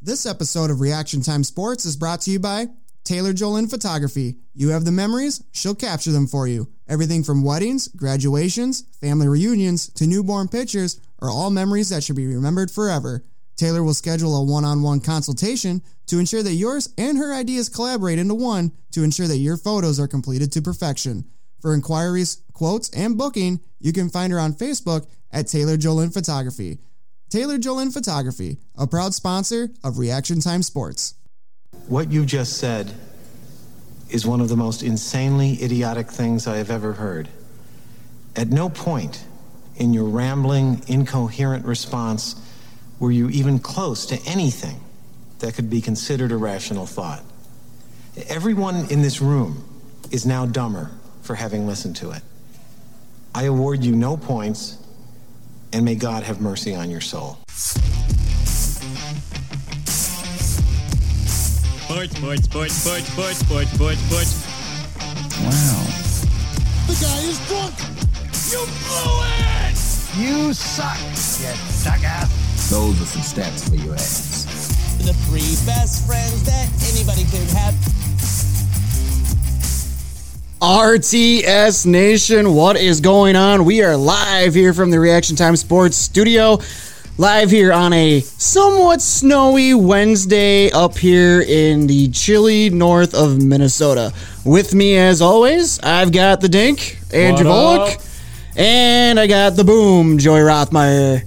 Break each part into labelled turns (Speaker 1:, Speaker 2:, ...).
Speaker 1: This episode of Reaction Time Sports is brought to you by Taylor Jolin Photography. You have the memories, she'll capture them for you. Everything from weddings, graduations, family reunions, to newborn pictures are all memories that should be remembered forever. Taylor will schedule a one on one consultation to ensure that yours and her ideas collaborate into one to ensure that your photos are completed to perfection. For inquiries, quotes, and booking, you can find her on Facebook at Taylor Jolin Photography. Taylor Jolin Photography, a proud sponsor of Reaction Time Sports.
Speaker 2: What you just said is one of the most insanely idiotic things I have ever heard. At no point in your rambling, incoherent response were you even close to anything that could be considered a rational thought. Everyone in this room is now dumber for having listened to it. I award you no points, and may God have mercy on your soul.
Speaker 3: Sports, sports, sports, sports, sports, sports, sports, sports.
Speaker 4: The guy is drunk. You blew it.
Speaker 5: You suck, you sucker. Those are some stats for your ass.
Speaker 6: the three best friends that anybody could have.
Speaker 1: RTS Nation, what is going on? We are live here from the Reaction Time Sports studio, live here on a somewhat snowy Wednesday up here in the chilly north of Minnesota. With me, as always, I've got the Dink, Andrew
Speaker 3: What
Speaker 1: Volk, and I got the Boom, Joy Rothmeyer.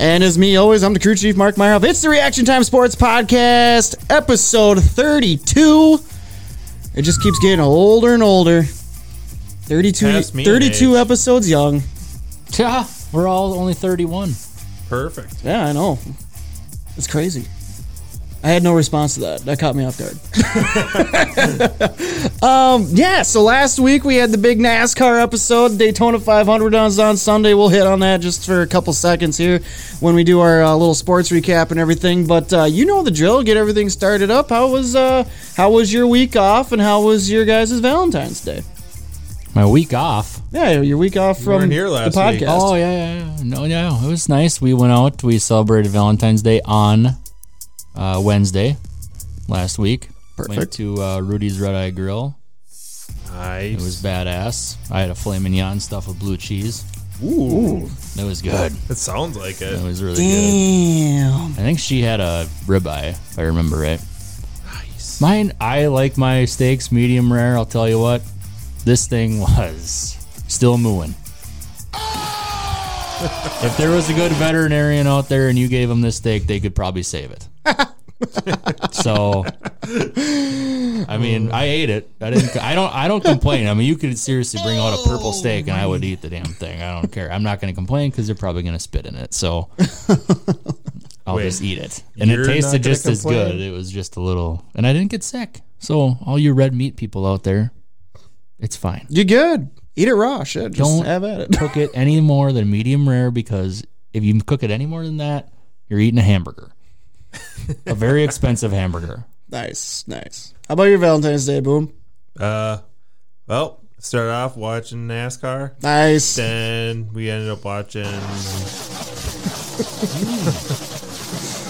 Speaker 1: And as me always, I'm the crew chief, Mark Meyerhoff. It's the Reaction Time Sports Podcast, episode 32. It just keeps getting older and older. 32,
Speaker 3: Pass me in
Speaker 1: 32
Speaker 3: age.
Speaker 1: episodes young.
Speaker 7: Yeah, we're all only 31.
Speaker 3: Perfect.
Speaker 1: Yeah, I know. It's crazy. I had no response to that. That caught me off guard. um, yeah, so last week we had the big NASCAR episode. Daytona 500 was on Sunday. We'll hit on that just for a couple seconds here when we do our uh, little sports recap and everything. But uh, you know the drill. Get everything started up. How was uh, how was your week off, and how was your guys' Valentine's Day?
Speaker 7: My week off.
Speaker 1: Yeah, your week off from
Speaker 3: weren't here last
Speaker 1: the
Speaker 3: week.
Speaker 1: podcast.
Speaker 7: Oh, yeah, yeah, yeah. No, yeah. It was nice. We went out. We celebrated Valentine's Day on uh, Wednesday last week. Went
Speaker 1: Perfect.
Speaker 7: to uh, Rudy's Red Eye Grill.
Speaker 3: Nice.
Speaker 7: It was badass. I had a filet mignon stuffed with blue cheese.
Speaker 3: Ooh,
Speaker 7: It was good.
Speaker 3: it sounds like it.
Speaker 7: It was really good.
Speaker 1: Damn.
Speaker 7: I think she had a ribeye, if I remember right. Nice. Mine, I like my steaks medium rare. I'll tell you what, this thing was still mooing. if there was a good veterinarian out there and you gave them this steak, they could probably save it. so, I mean, I ate it. I didn't. I don't. I don't complain. I mean, you could seriously bring
Speaker 3: Oh
Speaker 7: out a purple steak and I would eat the damn thing. I don't care. I'm not going to complain because they're probably going to spit in it. So, I'll
Speaker 3: Wait,
Speaker 7: just eat it. And it
Speaker 3: you're not
Speaker 7: tasted
Speaker 3: gonna
Speaker 7: just as
Speaker 3: complain?
Speaker 7: good. It was just a little, and I didn't get sick. So all you red meat people out there, it's fine.
Speaker 1: You good? Eat it raw. Shit. Just
Speaker 7: Don't-
Speaker 1: have at it.
Speaker 7: Cook it any more than medium rare because if you cook it any more than that, you're eating a hamburger, a very expensive hamburger.
Speaker 1: Nice, nice. How about your Valentine's Day, Boom?
Speaker 3: Uh, well, started off watching NASCAR.
Speaker 1: Nice.
Speaker 3: Then we ended up watching.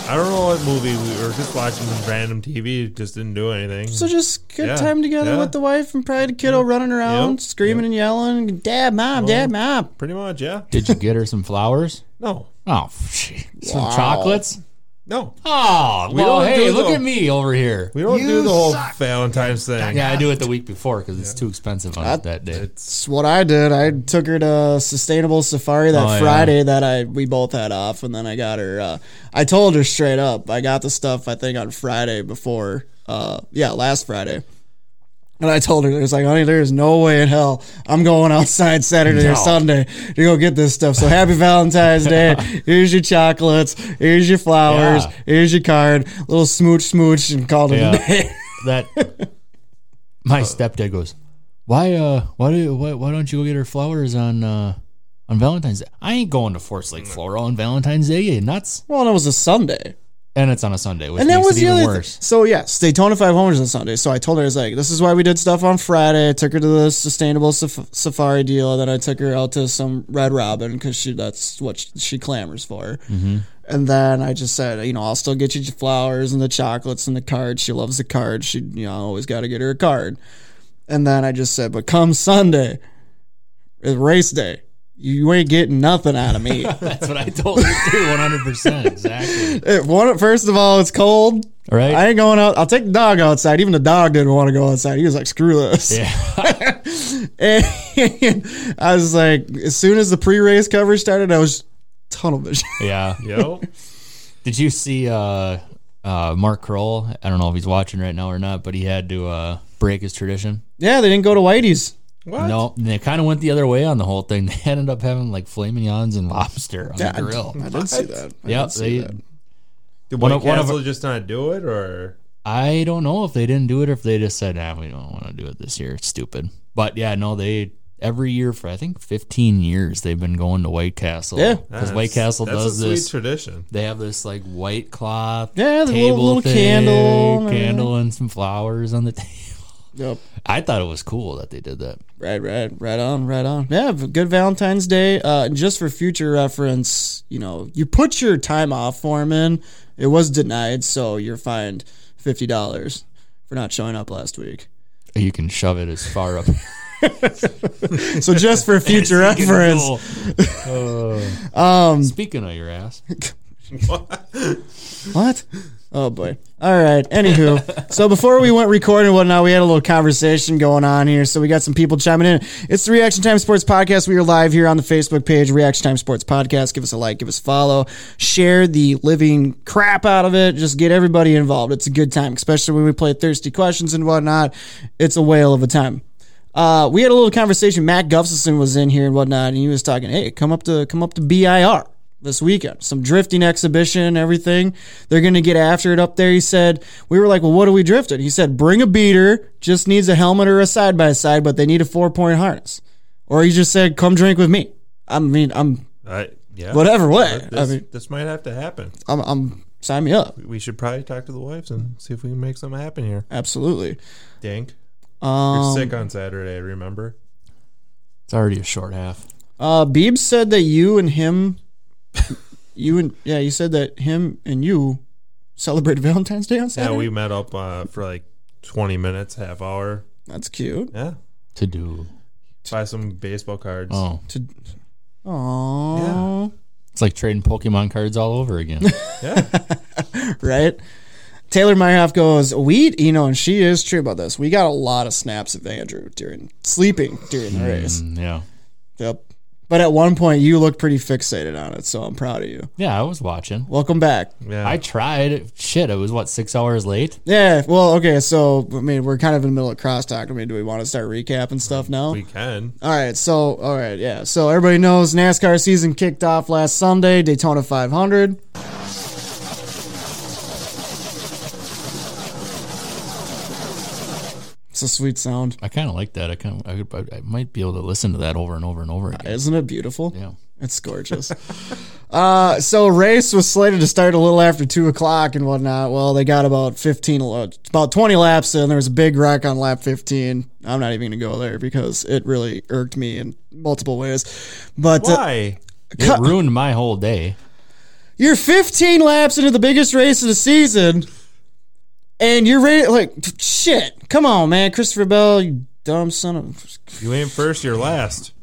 Speaker 3: I hmm. don't know what movie we were just watching random TV. It just didn't do anything.
Speaker 1: So just good
Speaker 3: Yeah,
Speaker 1: time together
Speaker 3: yeah.
Speaker 1: with the wife and probably the kiddo running
Speaker 3: Yep,
Speaker 1: around,
Speaker 3: Oh.
Speaker 1: screaming and yelling, Dad, Mom, Dad, Mom.
Speaker 3: Pretty much, yeah.
Speaker 7: Did you get her some flowers?
Speaker 3: No,
Speaker 7: Oh, gee. some chocolates.
Speaker 3: no,
Speaker 7: Oh,
Speaker 3: We
Speaker 7: well,
Speaker 3: don't
Speaker 7: hey,
Speaker 3: do
Speaker 7: look
Speaker 3: the-
Speaker 7: at me over here.
Speaker 3: we don't do the whole Valentine's thing.
Speaker 7: Yeah, I do it the week before because it's too expensive on it that day.
Speaker 1: That's what I did. I took her to Sustainable Safari that
Speaker 7: Oh, yeah.
Speaker 1: Friday that I we both had off, and then I got her. Uh, I told her straight up. I got the stuff I think on Friday before. Uh, yeah, last Friday. And I told her, there's like, honey, there's no way in hell I'm going outside Saturday or
Speaker 7: No.
Speaker 1: Sunday to go get this stuff. So happy Valentine's Day. Here's your chocolates. Here's your flowers.
Speaker 7: Yeah.
Speaker 1: Here's your card. Little smooch, smooch, and called it a
Speaker 7: Yeah.
Speaker 1: day.
Speaker 7: that my stepdad goes, why uh why do why, why don't you go get her flowers on uh on Valentine's Day? I ain't going to Force Lake Floral on Valentine's Day, eh? you nuts.
Speaker 1: Well, and it was a Sunday.
Speaker 7: And it's on a Sunday, which
Speaker 1: And that
Speaker 7: makes
Speaker 1: was
Speaker 7: it
Speaker 1: the
Speaker 7: even
Speaker 1: other
Speaker 7: worse.
Speaker 1: Thing. So yes, Daytona 500 is on Sunday. So I told her I was like, this is why we did stuff on Friday. I took her to the sustainable saf- safari
Speaker 7: Mm-hmm.
Speaker 1: deal, and then I took her out to some Red Robin because she that's what she, she clamors for. And then I just said, you know, I'll still get you the flowers and the chocolates and the cards. She loves the cards. She, you know, I always got to get her a card. And then I just said, but come Sunday, it's race day. You ain't getting nothing out of me.
Speaker 7: That's what I told you too, one hundred percent, exactly.
Speaker 1: If one, first of all, it's cold.
Speaker 7: All right.
Speaker 1: I ain't going out. I'll take the dog outside. Even the dog didn't want to go outside. He was like, screw this.
Speaker 7: yeah,
Speaker 1: And I was like, as soon as the pre race coverage started, I was tunnel vision.
Speaker 7: yeah.
Speaker 3: Yo,
Speaker 7: Did you see uh, uh, Mark Kroll? I don't know if he's watching right now or not, but he had to uh, break his tradition.
Speaker 1: yeah, they didn't go to Whitey's.
Speaker 3: what?
Speaker 7: No, they kind of went the other way on the whole thing. They ended up having like filet mignons and lobster on the grill.
Speaker 1: I didn't see that. I
Speaker 7: Yeah,
Speaker 1: didn't see
Speaker 7: they-
Speaker 1: that.
Speaker 3: Did
Speaker 7: One
Speaker 3: White
Speaker 7: of- one of-
Speaker 3: Castle just not do it, or
Speaker 7: I don't know if they didn't do it or if they just said, "Ah, we don't want to do it this year. It's stupid." But yeah, no, they every year for I think 15 years they've been going to White Castle.
Speaker 1: Yeah.
Speaker 7: because
Speaker 3: That's-
Speaker 7: White Castle
Speaker 3: that's
Speaker 7: does
Speaker 3: a sweet
Speaker 7: this.
Speaker 3: tradition.
Speaker 7: they have this like white cloth,
Speaker 1: Yeah, the little-
Speaker 7: table
Speaker 1: little
Speaker 7: thing,
Speaker 1: candle.
Speaker 7: candle, and some flowers on the table.
Speaker 1: Yep.
Speaker 7: I thought it was cool that they did that.
Speaker 1: Right, right, right on, right on. Yeah, v- good Valentine's Day. Uh, and just for future reference, you know, you put your time off form in. It was denied, so you're fined fifty dollars for not showing up last week.
Speaker 7: You can shove it as far up.
Speaker 1: So just for future reference,
Speaker 7: um, Speaking of your ass,
Speaker 1: What? Oh boy. All right. Anywho, so before we went recording and whatnot, we had a little conversation going on here. So we got some people chiming in. It's the Reaction Time Sports Podcast. We are live here on the Facebook page, Reaction Time Sports Podcast. Give us a like, give us a follow, share the living crap out of it. Just get everybody involved. It's a good time, especially when we play thirsty questions and whatnot. It's a whale of a time. Uh, we had a little conversation. Matt Gustafson was in here and whatnot, and he was talking. Hey, come up to come up to BIR this weekend. Some drifting exhibition, everything. They're gonna get after it up there. He said. We were like, well, what are we drifting? He said, bring a beater. Just needs a helmet or a side by side, but they need a four point harness. Or he just said, come drink with me. I mean, I'm
Speaker 3: I, yeah,
Speaker 1: whatever way. I
Speaker 3: This,
Speaker 1: mean,
Speaker 3: this might have to happen.
Speaker 1: I'm, I'm sign me up.
Speaker 3: We should probably talk to the wives and see if we can make something happen here.
Speaker 1: Absolutely.
Speaker 3: Dank, you're sick
Speaker 1: Um,
Speaker 3: on Saturday. Remember?
Speaker 7: it's already a short half.
Speaker 1: Uh, Beebs said that you and him, you and yeah, you said that him and you celebrated Valentine's Day on Saturday.
Speaker 3: Yeah, we met up uh, for like 20 minutes, half hour.
Speaker 1: That's cute.
Speaker 3: Yeah,
Speaker 7: To do.
Speaker 3: buy some baseball cards.
Speaker 7: Oh,
Speaker 1: To, Aww.
Speaker 7: it's like trading Pokemon cards all over again.
Speaker 1: right. Taylor Meyerhoff goes, we, you know, and she is true about this. We got a lot of snaps of Andrew during sleeping during the race.
Speaker 7: Mm, yeah,
Speaker 1: Yep. But at one point, you looked pretty fixated on it, so I'm proud of you.
Speaker 7: yeah. I was watching.
Speaker 1: Welcome back.
Speaker 3: Yeah,
Speaker 7: I tried. Shit, it was what six hours late.
Speaker 1: Yeah. Well, okay. So, I mean, we're kind of in the middle of crosstalk. I mean, do we want to start recapping stuff now?
Speaker 3: we can.
Speaker 1: All right, so all right, yeah. So everybody knows NASCAR season kicked off last Sunday, Daytona 500. It's a sweet sound,
Speaker 7: I kind of like that. I kind I, could- I might be able to listen to that over and over and over again.
Speaker 1: isn't it beautiful?
Speaker 7: Yeah.
Speaker 1: It's gorgeous. uh, so race was slated to start a little after two o'clock and whatnot. Well, they got about fifteen, la- about twenty laps in. There was a big wreck on lap fifteen. I'm not even gonna go there because it really irked me in multiple ways. But uh,
Speaker 3: Why?
Speaker 7: It ruined my whole day.
Speaker 1: you're 15 laps into the biggest race of the season, and you're ready. Like shit, come on, man, Christopher Bell, you dumb son of.
Speaker 3: You ain't first, you're last.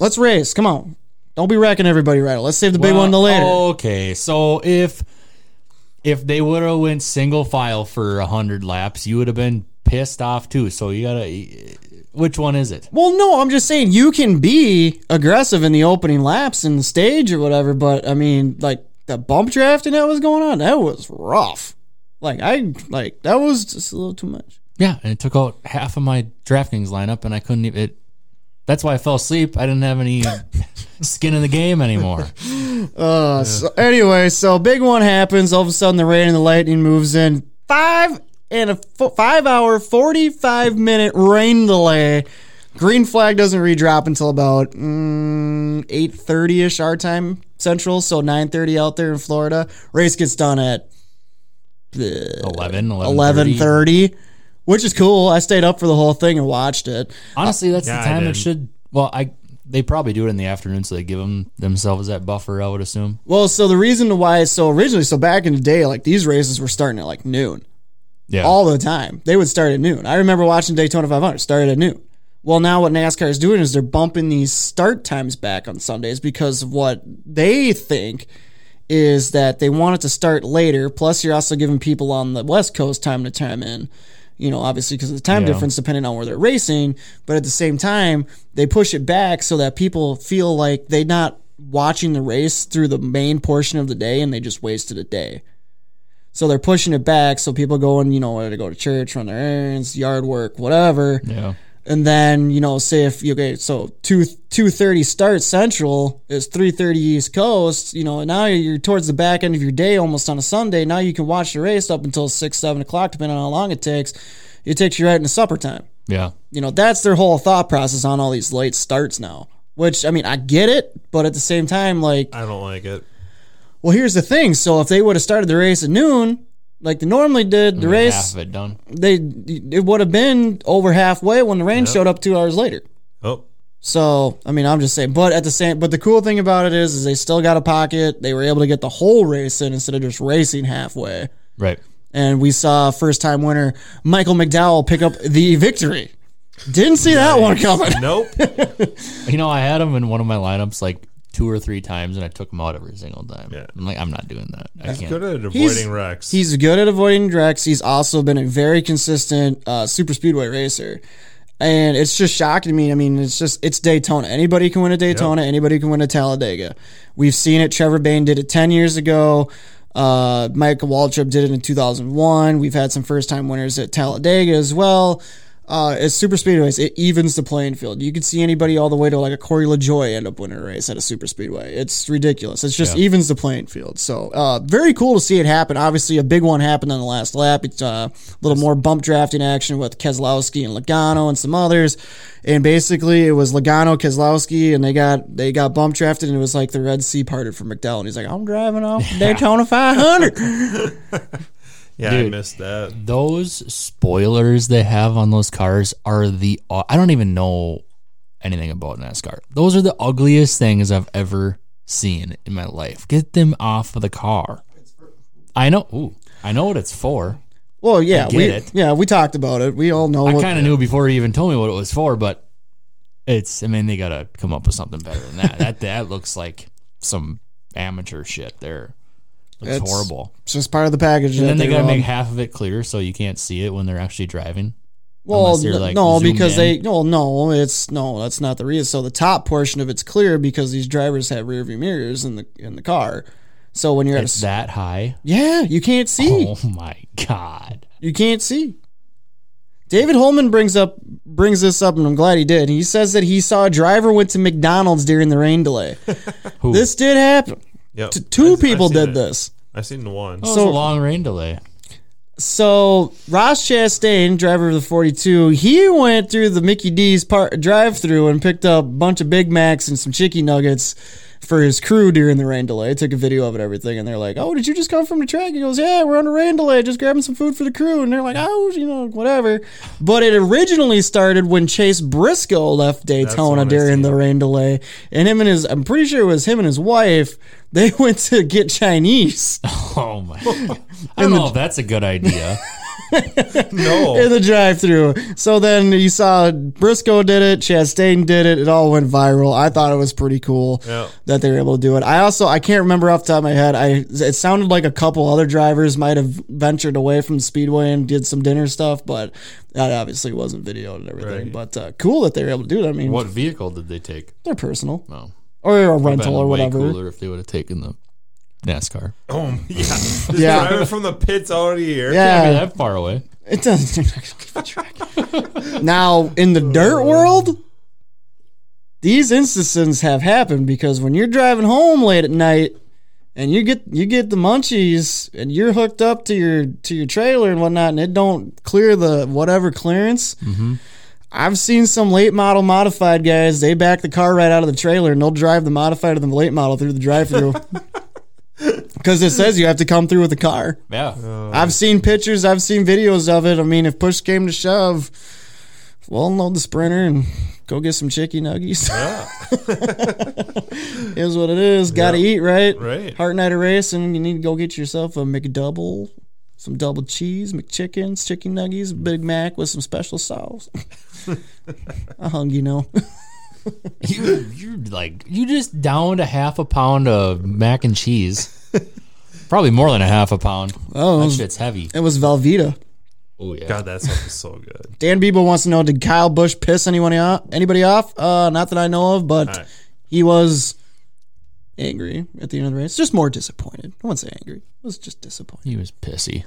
Speaker 1: Let's race. Come on, don't be wrecking everybody right. now. Let's save the big one to
Speaker 7: Well,
Speaker 1: later.
Speaker 7: Okay, so if if they would have went single file for hundred laps, you would have been pissed off too. So you gotta. Which one is it?
Speaker 1: Well, no, I'm just saying you can be aggressive in the opening laps in the stage or whatever, but I mean, like the bump drafting that was going on, that was rough. Like I like that was just a little too much.
Speaker 7: Yeah, and it took out half of my DraftKings lineup, and I couldn't even. It, that's why I fell asleep. I didn't have any skin in the game anymore.
Speaker 1: Uh, so anyway, so big one happens. All of a sudden, the rain and the lightning moves in. Five and a fo- five hour, forty five minute rain delay. Green flag doesn't redrop until about mm, eight thirty ish our time central, so nine thirty out there in Florida. Race gets done at
Speaker 7: 11, 11,
Speaker 1: eleven thirty, which is cool. I stayed up for the whole thing and watched it.
Speaker 7: Honestly, that's
Speaker 3: Yeah, I
Speaker 7: the time it
Speaker 3: didn't.
Speaker 7: should. Well, I they probably do it in the afternoon, so they give them themselves that buffer. I would assume.
Speaker 1: Well, so the reason why, so originally, so back in the day, like these races were starting at like noon
Speaker 7: Yeah.
Speaker 1: all the time. They would start at noon. I remember watching Daytona 500 started at noon. Well, now what NASCAR is doing is they're bumping these start times back on Sundays because of what they think is that they want it to start later. Plus, you're also giving people on the West Coast time to time in. You know, obviously because of the time
Speaker 7: Yeah.
Speaker 1: difference, depending on where they're racing. But at the same time, they push it back so that people feel like they're not watching the race through the main portion of the day and they just wasted a day. So they're pushing it back so people go and, you know, whether to go to church, run their errands, yard work, whatever.
Speaker 7: yeah.
Speaker 1: And then, you know, say if you okay, so two two thirty start central is three thirty East Coast, you know, and now you're towards the back end of your day almost on a Sunday. Now you can watch the race up until six, seven o'clock, depending on how long it takes. It takes you right into supper time.
Speaker 7: Yeah.
Speaker 1: You know, that's their whole thought process on all these late starts now. Which I mean, I get it, but at the same time, like
Speaker 3: I don't like it.
Speaker 1: well, here's the thing. So if they would have started the race at noon, like they normally did, the race
Speaker 7: Half of it done.
Speaker 1: they it would have been over halfway when the rain showed up two hours later.
Speaker 3: Oh,
Speaker 1: So I mean, I'm just saying. But at the same, but the cool thing about it is, is they still got a pocket. They were able to get the whole race in instead of just racing halfway.
Speaker 7: Right.
Speaker 1: And we saw first time winner Michael McDowell pick up the victory. Didn't see that one coming.
Speaker 3: nope.
Speaker 7: You know, I had him in one of my lineups like two or three times, and I took him out every single time.
Speaker 3: Yeah.
Speaker 7: I'm like, I'm not doing that. I can't.
Speaker 3: Good at avoiding
Speaker 1: He's-
Speaker 3: wrecks.
Speaker 1: He's good at avoiding wrecks. He's also been a very consistent uh, super speedway racer. And it's just shocking to me. I mean, it's just it's Daytona. Anybody can win a Daytona. Anybody can win a Talladega. We've seen it. Trevor Bain did it ten years ago. Uh, Michael Waltrip did it in 2001. We've had some first time winners at Talladega as well. Uh, it's super speedways. It evens the playing field. You can see anybody all the way to like a Corey LaJoy end up winning a race at a super speedway. It's ridiculous. It's just evens the playing field. So uh, very cool to see it happen. Obviously, a big one happened on the last lap. It's uh, a little more bump drafting action with Keselowski and Logano and some others. And basically, it was Logano, Keselowski, and they got they got bump drafted, and it was like the Red Sea parted from McDowell. And he's like, "I'm driving off Daytona 500."
Speaker 3: yeah, I
Speaker 7: Dude.
Speaker 3: missed that.
Speaker 7: Those spoilers they have on those cars are the. I don't even know anything about NASCAR. Those are the ugliest things I've ever seen in my life. Get them off of the car. I know. Ooh, I know what it's for.
Speaker 1: well, yeah,
Speaker 7: get
Speaker 1: we
Speaker 7: it.
Speaker 1: yeah we talked about it. We all know.
Speaker 7: I
Speaker 1: what-
Speaker 7: kind of knew before he even told me what it was for, but it's. I mean, they gotta come up with something better than that. that that looks like some amateur shit. There, looks
Speaker 1: It's-
Speaker 7: horrible.
Speaker 1: It's just part of the package. that
Speaker 7: And then they gotta
Speaker 1: run.
Speaker 7: make half of it clear so you can't see it when they're actually driving.
Speaker 1: Well,
Speaker 7: Unless you're,
Speaker 1: n-
Speaker 7: like,
Speaker 1: no,
Speaker 7: zoomed
Speaker 1: because
Speaker 7: in.
Speaker 1: they no, no, it's no, that's not the reason. So the top portion of it's clear because these drivers have rear view mirrors in the in the car. So when you're at a
Speaker 7: It's
Speaker 1: s-
Speaker 7: that high.
Speaker 1: yeah, you can't see.
Speaker 7: Oh my god.
Speaker 1: You can't see. David Holman brings up brings this up, and I'm glad he did. He says that he saw a driver went to McDonald's during the rain delay.
Speaker 7: Who?
Speaker 1: this did happen.
Speaker 3: Yep.
Speaker 1: T- Two
Speaker 3: I've- I've
Speaker 1: people
Speaker 3: seen
Speaker 1: did
Speaker 3: it.
Speaker 1: this.
Speaker 3: I've seen the one.
Speaker 7: Oh,
Speaker 1: So-
Speaker 7: so a long rain delay.
Speaker 1: So Ross Chastain, driver of the 42, he went through the Mickey D's par- drive-through and picked up a bunch of Big Macs and some chicken nuggets for his crew during the rain delay. Took a video of it, everything, and they're like, "Oh, did you just come from the track?" He goes, "Yeah, we're on a rain delay, just grabbing some food for the crew." And they're like, "Oh, you know, whatever." But it originally started when Chase Briscoe left Daytona
Speaker 3: one I
Speaker 1: during
Speaker 3: seen.
Speaker 1: the rain delay, and him and his—I'm pretty sure it was him and his wife—they went to get Chinese.
Speaker 7: Oh my I don't know if that's a good idea.
Speaker 1: in
Speaker 3: no.
Speaker 1: the drive-through. So then you saw Briscoe did it, Chastain did it. It all went viral. I thought it was pretty cool
Speaker 3: Yeah.
Speaker 1: that they were able to do it. I also I can't remember off the top of my head. I it sounded like a couple other drivers might have ventured away from the speedway and did some dinner stuff, but that obviously wasn't videoed and everything.
Speaker 3: Right.
Speaker 1: But uh, cool that they were able to do it. I mean,
Speaker 7: what vehicle did they take?
Speaker 1: they're personal
Speaker 7: No.
Speaker 1: or a
Speaker 7: Been
Speaker 1: rental or
Speaker 7: way
Speaker 1: whatever.
Speaker 7: cooler if they would have taken the NASCAR.
Speaker 3: Oh, yeah. Just
Speaker 1: Yeah.
Speaker 3: driving from the pits already here.
Speaker 1: Yeah.
Speaker 7: Can't be that far away.
Speaker 1: It doesn't. now, in the dirt world, these instances have happened because when you're driving home late at night and you get you get the munchies and you're hooked up to your to your trailer and whatnot, and it don't clear the whatever clearance. I've seen some late model modified guys. They back the car right out of the trailer and they'll drive the modified or the late model through the drive-through. Because it says you have to come through with the car.
Speaker 7: Yeah.
Speaker 1: I've seen pictures, I've seen videos of it. I mean, if push came to shove, we'll unload the sprinter and go get some chicky nuggies. is what it is. Got to eat, right?
Speaker 3: Right.
Speaker 1: Heart night of racing. You need to go get yourself a McDouble, some double cheese, McChickens, chicken nuggies, Big Mac with some special sauce. I hung, you know.
Speaker 7: You, you're like you just downed a half a pound of mac and cheese. Probably more than a half a pound.
Speaker 1: Oh, it
Speaker 7: that
Speaker 1: was,
Speaker 7: shit's heavy.
Speaker 1: it was Velveeta.
Speaker 7: Oh yeah.
Speaker 3: God, that stuff is so good.
Speaker 1: Dan Bebo wants to know: Did Kyle Bush piss anyone off? Anybody off? Uh, not that I know of, but
Speaker 3: Alright.
Speaker 1: he was angry at the end of the race. Just more disappointed. I wouldn't say angry. It was just disappointed.
Speaker 7: He was pissy.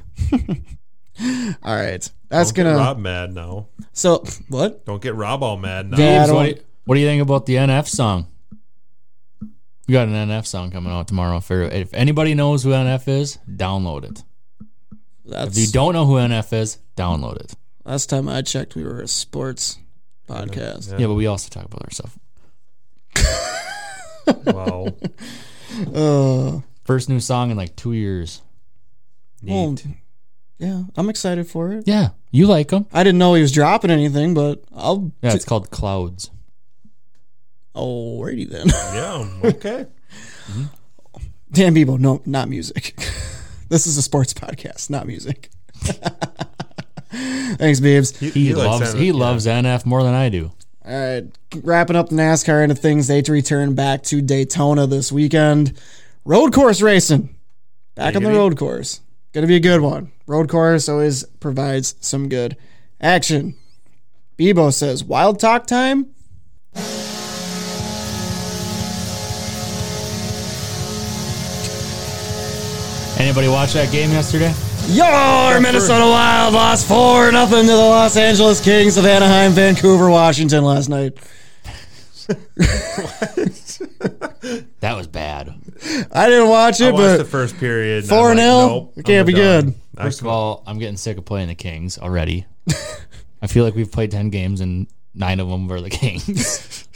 Speaker 1: All right, that's
Speaker 3: Don't get
Speaker 1: gonna.
Speaker 3: Rob mad now.
Speaker 1: So what?
Speaker 3: Don't get Rob all mad now.
Speaker 1: Yeah, I
Speaker 7: James, what,
Speaker 1: don't-
Speaker 7: do you, what do you think about the NF song? We got an NF song coming out tomorrow. If, if anybody knows who NF is, download it. If you
Speaker 1: That's
Speaker 7: don't know who NF is, download it.
Speaker 1: last time I checked, we were a sports podcast.
Speaker 7: Yeah, but we also talk about our stuff.
Speaker 3: Wow.
Speaker 1: Uh,
Speaker 7: First new song in like two years.
Speaker 1: well,
Speaker 3: Neat.
Speaker 1: yeah, I'm excited for it.
Speaker 7: Yeah, you like them.
Speaker 1: I didn't know he was dropping anything, but I'll.
Speaker 7: Yeah, it's called Clouds.
Speaker 1: Alrighty then.
Speaker 3: Yeah. Okay.
Speaker 1: Mm-hmm. Dan Bebo, no, not music. this is a sports podcast, not music. Thanks, babes.
Speaker 3: He,
Speaker 7: He,
Speaker 3: likes
Speaker 7: loves
Speaker 3: that.
Speaker 7: he
Speaker 3: Yeah.
Speaker 7: loves NF more than I do.
Speaker 1: All right, wrapping up NASCAR into things. They return back to Daytona this weekend. Road course racing, back on the road course. Gonna be a good one. Road course always provides some good action. Bebo says, "Wild talk time."
Speaker 7: Anybody watch that game yesterday?
Speaker 1: Your Minnesota Wild lost four nothing to the Los Angeles Kings of Anaheim, Vancouver, Washington last night.
Speaker 7: That was bad.
Speaker 1: I didn't watch it,
Speaker 3: I watched
Speaker 1: but
Speaker 3: the first period. and I'm
Speaker 1: 4
Speaker 3: like,
Speaker 1: 0?
Speaker 3: nope,
Speaker 1: It can't
Speaker 3: I'm
Speaker 1: be
Speaker 3: done.
Speaker 1: good.
Speaker 3: I
Speaker 7: First of all, I'm getting sick of playing the Kings already. I feel like we've played ten games and nine of them were the Kings.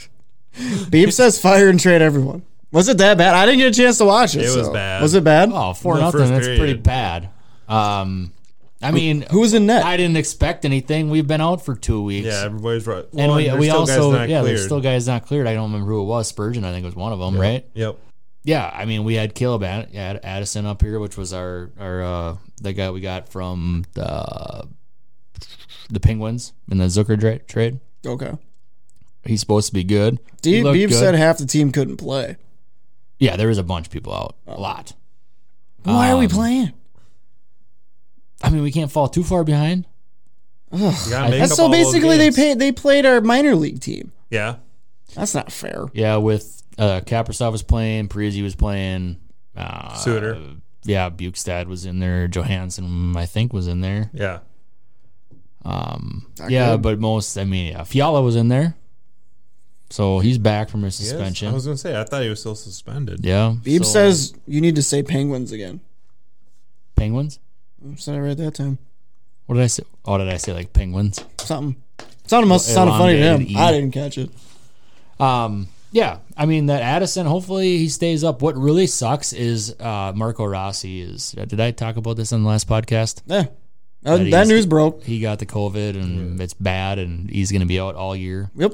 Speaker 1: Beep says fire and trade everyone. Was it that bad? I didn't get a chance to watch it.
Speaker 3: It was
Speaker 1: so.
Speaker 3: bad.
Speaker 1: Was it bad?
Speaker 7: Oh, four
Speaker 3: The
Speaker 7: nothing.
Speaker 3: first
Speaker 7: That's
Speaker 3: period.
Speaker 7: pretty bad. Um, I mean,
Speaker 1: Who was in net?
Speaker 7: I didn't expect anything. We've been out for two weeks.
Speaker 3: Yeah, everybody's right.
Speaker 7: and
Speaker 3: Well,
Speaker 7: we,
Speaker 3: there's
Speaker 7: we
Speaker 3: still guys
Speaker 7: also
Speaker 3: not
Speaker 7: yeah, there's
Speaker 3: cleared.
Speaker 7: still guys not cleared. I don't remember who it was. Spurgeon, I think was one of them, right?
Speaker 3: Yep.
Speaker 7: Yeah, I mean, we had Caleb Ad- Ad- Addison up here, which was our our uh, the guy we got from the the Penguins in the Zucker dra- trade.
Speaker 1: Okay.
Speaker 7: He's supposed to be good. He
Speaker 1: Deep
Speaker 7: looked
Speaker 1: Beep
Speaker 7: good.
Speaker 1: said half the team couldn't play.
Speaker 7: yeah, there was a bunch of people out, a lot. Um,
Speaker 1: Why are we playing?
Speaker 7: I mean, we can't fall too far behind.
Speaker 3: You gotta make
Speaker 1: And
Speaker 3: up
Speaker 1: so
Speaker 3: all those
Speaker 1: basically, they
Speaker 3: games.
Speaker 1: paid, they played our minor league team.
Speaker 3: Yeah.
Speaker 1: That's not fair.
Speaker 7: Yeah, with uh, Kaprasov was playing, Parisi was playing, uh,
Speaker 3: Suter.
Speaker 7: Yeah, Bukestad was in there. Johansson, I think, was in there.
Speaker 3: Yeah.
Speaker 7: yeah, but most, I mean, yeah, Fiala was in there, so he's back from his
Speaker 3: Yes,
Speaker 7: suspension.
Speaker 3: I was gonna say I thought he was still suspended.
Speaker 7: yeah,
Speaker 1: Beep
Speaker 7: so-
Speaker 1: says you need to say Penguins again.
Speaker 7: Penguins.
Speaker 1: Said it right that time.
Speaker 7: What did I say? Oh, did I say like Penguins?
Speaker 1: Something. Sounded must sounded funny to him.
Speaker 7: Elongated E.
Speaker 1: I didn't catch it.
Speaker 7: Um, yeah, I mean that Addison. Hopefully he stays up. What really sucks is uh, Marco Rossi is. uh, Did I talk about this on the last podcast?
Speaker 1: Yeah. Uh,
Speaker 7: That E
Speaker 1: that
Speaker 7: is-
Speaker 1: news broke.
Speaker 7: He got the COVID and it's bad, and he's going to be out all year.
Speaker 1: Yep.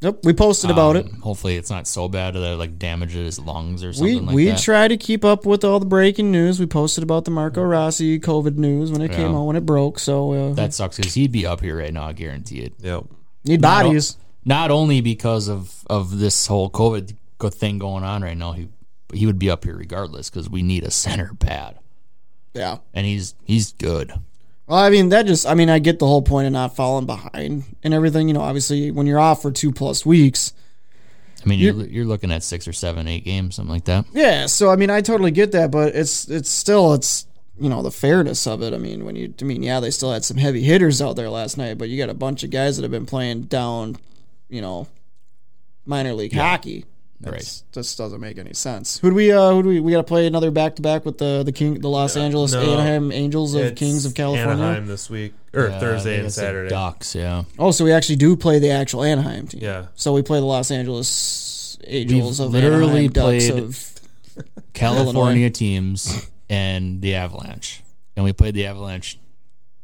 Speaker 1: Yep. We posted about it.
Speaker 7: Um, Hopefully, it's not so bad that it like damages his lungs or something
Speaker 1: We
Speaker 7: like
Speaker 1: we
Speaker 7: that.
Speaker 1: try to keep up with all the breaking news. We posted about the Marco Rossi COVID news when it came
Speaker 7: Mm-hmm. Yeah.
Speaker 1: out when it broke. So uh,
Speaker 7: that sucks because he'd be up here right now. I guarantee it.
Speaker 3: Yep.
Speaker 1: need
Speaker 7: o-
Speaker 1: bodies.
Speaker 7: Not only because of of this whole COVID go- thing going on right now, he he would be up here regardless because we need a center bad,
Speaker 1: Yeah.
Speaker 7: and he's he's good.
Speaker 1: Well, I mean that just I mean I get the whole point of not falling behind and everything. You know, obviously when you're off for two plus weeks.
Speaker 7: I mean, you're you're looking at six or seven, eight games, something like that.
Speaker 1: Yeah. So I mean I totally get that, but it's it's still it's you know the fairness of it. I mean when you I mean yeah they still had some heavy hitters out there last night, but you got a bunch of guys that have been playing down, you know, minor league hockey.
Speaker 7: Right.
Speaker 1: This doesn't make any sense. Who'd we? Uh, who'd we? We got to play another back to back with the the King, the Los Angeles
Speaker 3: no.
Speaker 1: Anaheim Angels of
Speaker 3: It's
Speaker 1: Kings of California.
Speaker 3: Anaheim this week or
Speaker 7: Uh, I
Speaker 3: Thursday
Speaker 7: think
Speaker 3: and
Speaker 7: it's the
Speaker 3: Saturday.
Speaker 7: Ducks. Yeah.
Speaker 1: Oh, so we actually do play the actual Anaheim team.
Speaker 3: Yeah.
Speaker 1: So we play the Los Angeles Angels
Speaker 7: We've
Speaker 1: of
Speaker 7: literally
Speaker 1: Anaheim Ducks
Speaker 7: played-
Speaker 1: of.
Speaker 7: California teams and the Avalanche, and we played the Avalanche.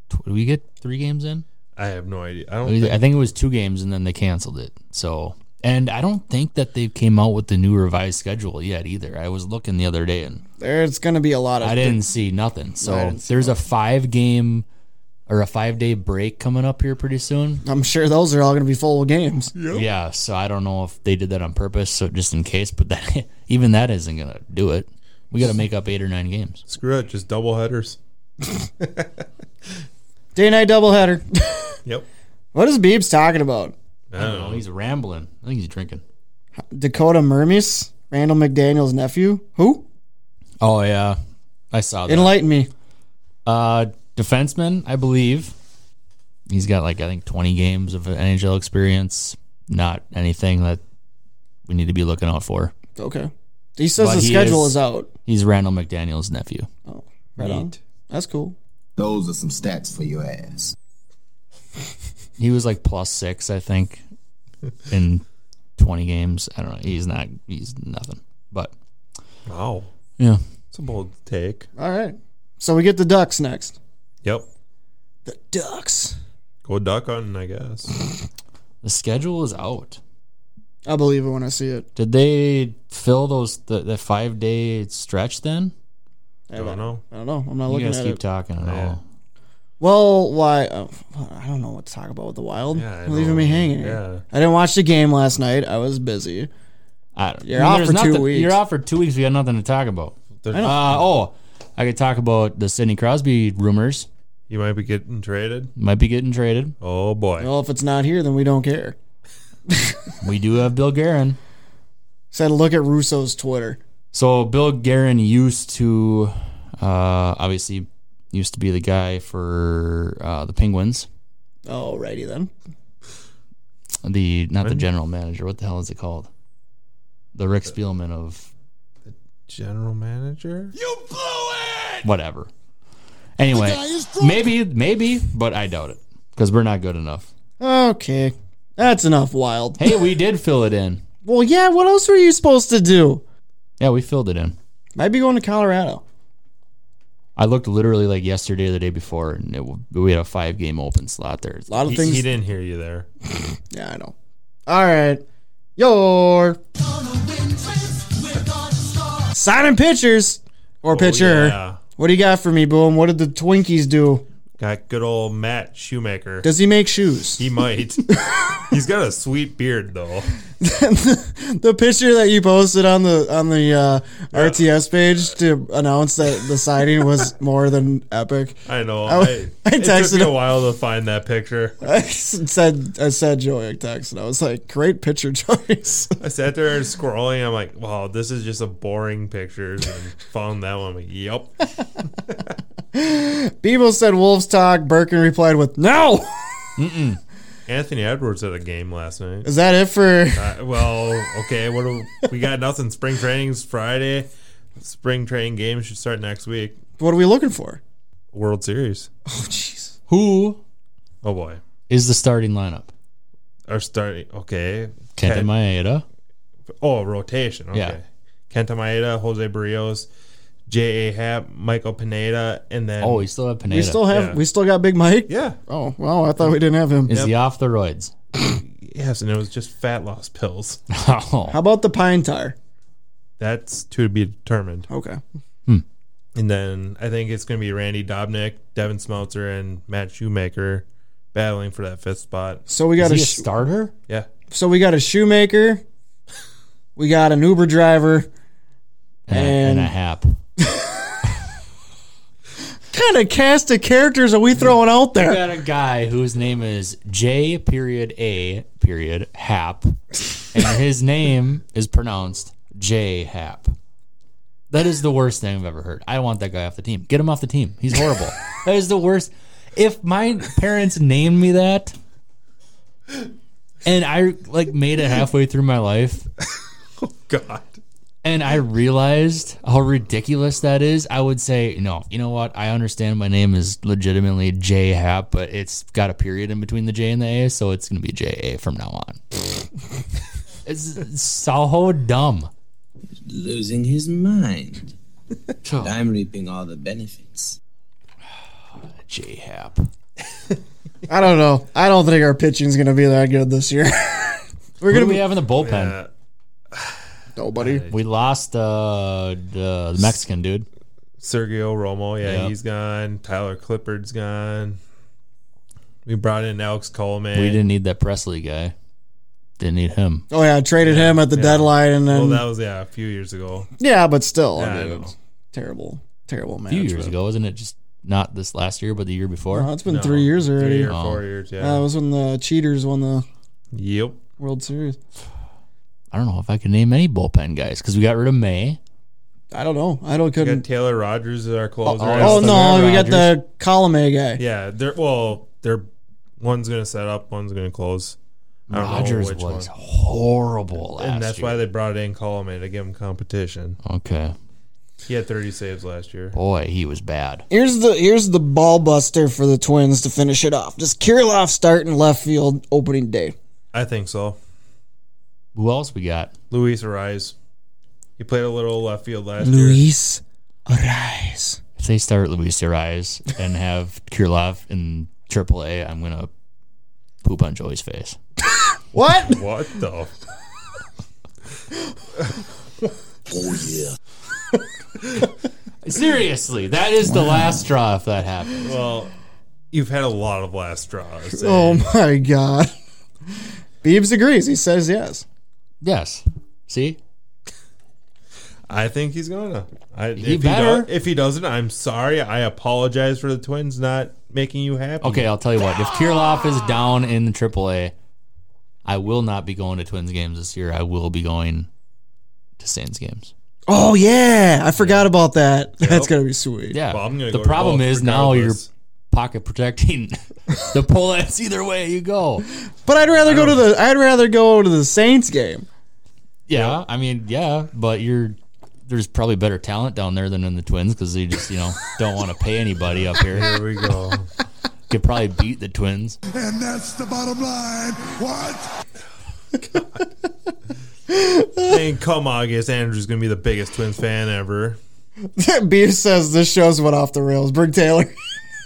Speaker 7: Tw- Did we get three games in?
Speaker 3: I have no idea. I don't.
Speaker 7: I think it was two games and then they canceled it. So, and I don't think that they came out with the new revised schedule yet either. I was looking the other day and
Speaker 1: There's going to be a lot of.
Speaker 7: I didn't see nothing. So
Speaker 1: didn't see
Speaker 7: there's a five game or a five day break coming up here pretty soon.
Speaker 1: I'm sure those are all going to be full of games.
Speaker 7: Yeah. So I don't know if they did that on purpose. So just in case, but that even that isn't gonna do it. We got to make up eight or nine games.
Speaker 3: Screw it. Just double headers.
Speaker 1: Day and night doubleheader.
Speaker 3: Yep.
Speaker 1: what is Beebs talking about?
Speaker 3: I don't know.
Speaker 7: he's rambling. I think he's drinking.
Speaker 1: Dakota Mermis, Randall McDaniel's nephew. Who?
Speaker 7: Oh yeah, I saw that.
Speaker 1: Enlighten me.
Speaker 7: Uh, defenseman, I believe. He's got like I think 20 games of NHL experience. Not anything that we need to be looking out for.
Speaker 1: Okay. He says
Speaker 7: But
Speaker 1: the
Speaker 7: he
Speaker 1: schedule
Speaker 7: is-
Speaker 1: is, out.
Speaker 7: He's Randall McDaniel's nephew.
Speaker 1: Right on. That's cool.
Speaker 5: Those are some stats for your ass.
Speaker 7: He was like plus six, I think, in 20 games. I don't know. He's not. He's nothing. But
Speaker 3: Wow.
Speaker 7: yeah,
Speaker 3: It's a bold take.
Speaker 1: All right. So we get the Ducks next.
Speaker 3: Yep.
Speaker 1: The Ducks.
Speaker 3: Go duck hunting, I guess.
Speaker 7: the schedule is out.
Speaker 1: I believe it when I see it.
Speaker 7: Did they fill those the, the five day stretch? Then
Speaker 3: I don't know.
Speaker 1: I don't know. I'm not
Speaker 7: you
Speaker 1: looking
Speaker 7: guys
Speaker 1: at
Speaker 7: keep
Speaker 1: it.
Speaker 7: talking. I don't
Speaker 3: Yeah.
Speaker 7: know.
Speaker 1: well, why? Oh, I don't know what to talk about with the Wild.
Speaker 3: Yeah, I
Speaker 1: You're leaving
Speaker 3: know.
Speaker 1: me hanging.
Speaker 3: Yeah.
Speaker 1: I didn't watch the game last night. I was busy.
Speaker 7: I don't,
Speaker 1: You're off
Speaker 7: there's
Speaker 1: for two
Speaker 7: nothing-
Speaker 1: weeks.
Speaker 7: You're off for two weeks. We got nothing to talk about.
Speaker 3: There's-
Speaker 7: Uh, oh, I could talk about the Sidney Crosby rumors.
Speaker 3: You might be getting traded.
Speaker 7: Might be getting traded.
Speaker 3: Oh boy.
Speaker 1: Well, if it's not here, then we don't care.
Speaker 7: We do have Bill Guerin.
Speaker 1: Said, look at Russo's Twitter.
Speaker 7: So Bill Guerin used to, uh, obviously, used to be the guy for uh, the Penguins.
Speaker 1: Alrighty then.
Speaker 7: The not the general manager. What the hell is it called? The Rick Spielman of
Speaker 3: General manager?
Speaker 4: You blew it!
Speaker 7: whatever. Anyway,
Speaker 4: guy is drunk.
Speaker 7: maybe, maybe, but I doubt it because we're not good enough.
Speaker 1: Okay. That's enough wild.
Speaker 7: Hey, we did fill it in.
Speaker 1: Well, yeah, what else were you supposed to do?
Speaker 7: Yeah, we filled it in.
Speaker 1: Might be going to Colorado.
Speaker 7: I looked literally like yesterday or the day before, and it, w- we had a five game open slot there.
Speaker 1: A lot of
Speaker 3: He,
Speaker 1: things.
Speaker 3: he didn't hear you there.
Speaker 1: Yeah, I know. All right. Your signing pitchers or pitcher.
Speaker 3: Oh, Yeah.
Speaker 1: What do you got for me, Boom? What did the Twinkies do?
Speaker 3: Got good old Matt Shoemaker.
Speaker 1: Does he make shoes?
Speaker 3: He might. He's got a sweet beard though.
Speaker 1: The picture that you posted on the on the uh, RTS page to announce that the signing was more than epic.
Speaker 3: I know. I,
Speaker 1: I
Speaker 3: it
Speaker 1: texted
Speaker 3: took me
Speaker 1: him.
Speaker 3: a while to find that picture.
Speaker 1: I s- said I said Joey a text, and I was like, "Great picture choice."
Speaker 3: I sat there and scrolling. I'm like, wow, this is just a boring picture. And found that one. I'm like, yep.
Speaker 1: Bebo said Wolves talk. Birkin replied with, "No."
Speaker 3: Anthony Edwards at a game last night.
Speaker 1: Is that it for?
Speaker 3: Uh, well, okay. What do, we got nothing. Spring training's Friday. Spring training games should start next week.
Speaker 1: What are we looking for?
Speaker 3: World Series.
Speaker 1: Oh, jeez.
Speaker 7: Who
Speaker 3: Oh boy,
Speaker 7: is the starting lineup?
Speaker 3: are starting. Okay,
Speaker 7: Kenta Maeda.
Speaker 3: Oh, rotation. Okay.
Speaker 7: Yeah.
Speaker 3: Kenta Maeda, Jose Barrios, J.A. Happ, Michael Pineda, and then
Speaker 7: Oh, we still have Pineda.
Speaker 1: We still have.
Speaker 3: Yeah.
Speaker 1: We still got Big Mike.
Speaker 3: yeah,
Speaker 1: Oh wow! I thought we didn't have him.
Speaker 7: is he off the roids?
Speaker 3: yes, and it was just fat loss pills.
Speaker 7: Oh,
Speaker 1: How about the pine tar?
Speaker 3: That's to be determined.
Speaker 1: Okay.
Speaker 3: And then I think it's going to be Randy Dobnik, Devin Smeltzer, and Matt Shoemaker battling for that fifth spot.
Speaker 1: So we got
Speaker 7: is
Speaker 1: a,
Speaker 7: he a
Speaker 1: sh-
Speaker 7: starter?
Speaker 3: Yeah,
Speaker 1: so we got a shoemaker. We got an Uber driver. And-
Speaker 7: And, a Hap.
Speaker 1: Kind of cast of characters are we throwing out
Speaker 7: We
Speaker 1: there?
Speaker 7: got a guy whose name is J period A period Hap, and his name is pronounced J Hap. That is the worst thing I've ever heard. I want that guy off the team. Get him off the team. He's horrible. that is the worst. If my parents named me that, and I like made it halfway through my life,
Speaker 3: God,
Speaker 7: and I realized how ridiculous that is, I would say, no, you know what? I understand my name is legitimately J Hap, but it's got a period in between the J and the A, so it's going to be J A from now on. it's, it's so dumb.
Speaker 5: Losing his mind. I'm reaping all the benefits.
Speaker 7: J Hap.
Speaker 1: I don't know. I don't think our pitching's going to be that good this year. We're
Speaker 7: Who do
Speaker 1: going to
Speaker 7: we
Speaker 1: be
Speaker 7: have in the bullpen?
Speaker 3: Uh,
Speaker 1: nobody.
Speaker 7: We lost uh, the Mexican dude.
Speaker 3: Sergio Romo, yeah,
Speaker 7: Yeah.
Speaker 3: he's gone. Tyler Clippard's gone. We brought in Alex Coleman.
Speaker 7: We didn't need that Presley guy. Didn't need him.
Speaker 1: Oh yeah, I traded him at the deadline, and
Speaker 3: Well,
Speaker 1: then
Speaker 3: that was yeah a few years ago.
Speaker 1: yeah, but still,
Speaker 3: Yeah,
Speaker 1: I
Speaker 3: I
Speaker 1: mean,
Speaker 3: know.
Speaker 1: terrible, terrible
Speaker 7: A few
Speaker 1: management.
Speaker 7: years ago, wasn't it? Just not this last year, but the year before.
Speaker 1: No, Oh, it's been
Speaker 3: No,
Speaker 1: three years already.
Speaker 3: Three or
Speaker 7: Oh.
Speaker 3: four years. Yeah.
Speaker 1: That was when the cheaters won the
Speaker 3: yep.
Speaker 1: World Series.
Speaker 7: I don't know if I can name any bullpen guys because we got rid of May.
Speaker 1: I don't know. I don't
Speaker 3: We got
Speaker 1: couldn't.
Speaker 3: Taylor Rogers as our closer.
Speaker 1: Oh
Speaker 7: Yes,
Speaker 1: no,
Speaker 7: Aaron
Speaker 1: we got the column A guy.
Speaker 3: Yeah. They're well. They're one's gonna set up, one's gonna close. I don't know
Speaker 7: Rogers
Speaker 3: which
Speaker 7: was
Speaker 3: one.
Speaker 7: horrible last
Speaker 3: and that's
Speaker 7: year.
Speaker 3: why they brought in Coleman to give him competition.
Speaker 7: okay,
Speaker 3: He had 30 saves last year.
Speaker 7: boy, he was bad.
Speaker 1: Here's the here's the ball buster for the Twins to finish it off. Does Kirilov start in left field opening day?
Speaker 3: I think so.
Speaker 7: Who else we got?
Speaker 3: Luis Arise. He played a little left field last year.
Speaker 1: Luis Arise.
Speaker 7: If they start Luis Ariz and have Kirilov in AAA, I'm gonna poop on Joey's face.
Speaker 1: What?
Speaker 3: What the?
Speaker 7: Seriously, that is the last straw if that happens.
Speaker 3: Well, you've had a lot of last straws.
Speaker 1: Oh
Speaker 3: and
Speaker 1: my god. Beebs agrees. He says yes.
Speaker 7: Yes. See,
Speaker 3: I think he's gonna. I,
Speaker 7: He
Speaker 3: if, He
Speaker 7: better.
Speaker 3: do, if he doesn't, I'm sorry. I apologize for the Twins not making you happy.
Speaker 7: Okay, I'll tell you what. If Kirilov is down in the AAA, I will not be going to Twins games this year. I will be going to Saints games.
Speaker 1: Oh yeah, I forgot about that. That's gonna be sweet.
Speaker 7: Yeah.
Speaker 3: Well, I'm gonna
Speaker 7: the
Speaker 3: go to
Speaker 7: problem
Speaker 3: both
Speaker 7: is now you're
Speaker 3: regardless.
Speaker 7: pocket protecting the Polans either way you go.
Speaker 1: But I'd rather go to the I'd rather go to the Saints game.
Speaker 7: Yeah, I mean, yeah, but you're there's probably better talent down there than in the Twins because they just you know don't want to pay anybody up here.
Speaker 3: Here we go.
Speaker 7: Could probably beat the Twins.
Speaker 4: And that's the bottom line. What?
Speaker 3: and come August, Andrew's gonna be the biggest Twins fan ever.
Speaker 1: Beebs says this show's went off the rails. Bring Taylor.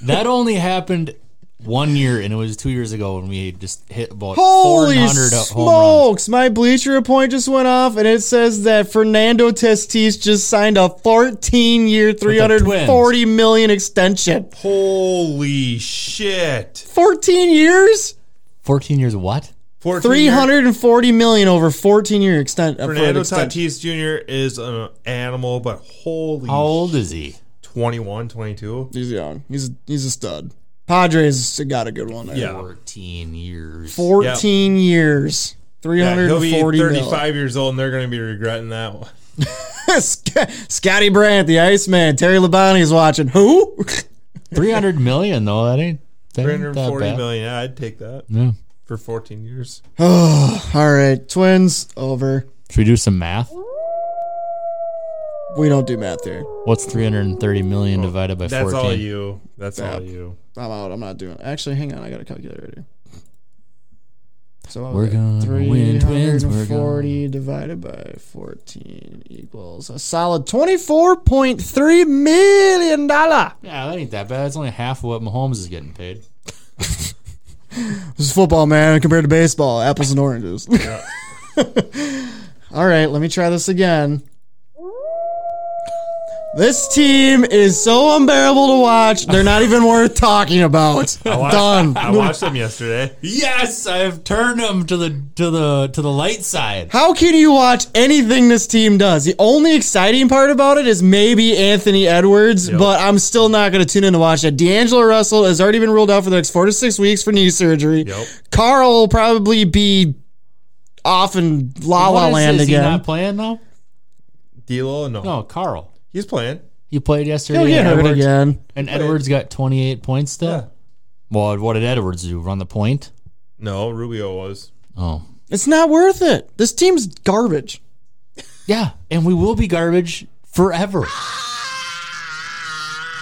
Speaker 7: That only happened one year, and it was two years ago when we just hit about
Speaker 1: Holy
Speaker 7: 400 home runs.
Speaker 1: smokes! My Bleacher Report just went off, and it says that Fernando Tatis just signed a 14-year, 340 million extension.
Speaker 3: Holy shit!
Speaker 1: 14 years,
Speaker 7: 14 years of what?
Speaker 3: 14 year-
Speaker 1: 340 million over 14-year extent. uh, for an
Speaker 3: Fernando
Speaker 1: extension.
Speaker 3: Tatis Jr. is an animal, but holy
Speaker 7: How old is he?
Speaker 3: 21, 22.
Speaker 1: He's young. He's he's a stud. Padres got a good one. There.
Speaker 3: Yeah.
Speaker 7: 14 years.
Speaker 1: 14 years,
Speaker 3: Yeah, he'll
Speaker 1: 340
Speaker 3: be
Speaker 1: mil.
Speaker 3: 35 years old and they're going to be regretting that one.
Speaker 1: Sc- Scotty Brandt, the Iceman, Terry Labonte is watching. Who?
Speaker 7: 300 million, though. That ain't, that ain't that
Speaker 3: 340
Speaker 7: bad.
Speaker 3: million. Yeah, I'd take that
Speaker 7: Yeah.
Speaker 3: for 14 years.
Speaker 1: All right, Twins over.
Speaker 7: Should we do some math?
Speaker 1: We don't do math here.
Speaker 7: What's 330 million divided by 14?
Speaker 3: That's all you. That's all you.
Speaker 1: I'm out. I'm not doing. Actually, hang on. I got a calculator here. So
Speaker 7: We're gonna win, Twins. We're gonna-
Speaker 1: 340 divided by 14 equals a solid 24.3 million dollar.
Speaker 7: Yeah, that ain't that bad. That's only half of what Mahomes is getting paid.
Speaker 1: This is football, man, compared to baseball. Apples and oranges. All right, let me try this again. This team is so unbearable to watch. They're not even worth talking about.
Speaker 3: I-
Speaker 1: Done.
Speaker 3: I watched them yesterday.
Speaker 7: Yes, I've turned him to the to the to the light side.
Speaker 1: How can you watch anything this team does? The only exciting part about it is maybe Anthony Edwards, but I'm still not going to tune in to watch that. D'Angelo Russell has already been ruled out for the next four to six weeks for knee surgery.
Speaker 3: Yep.
Speaker 1: Carl will probably be off in La La Land
Speaker 7: Is he
Speaker 1: again.
Speaker 7: not playing though?
Speaker 3: D'Lo, no.
Speaker 7: No, Carl.
Speaker 3: He's playing.
Speaker 7: He played yesterday.
Speaker 1: He'll get
Speaker 7: and
Speaker 1: hurt
Speaker 7: Edwards-
Speaker 1: again.
Speaker 7: And Edwards got 28 points still.
Speaker 3: Yeah.
Speaker 7: Well, what did Edwards do? Run the point?
Speaker 3: No, Rubio was.
Speaker 7: Oh,
Speaker 1: It's not worth it. This team's garbage.
Speaker 7: yeah. And we will be garbage forever.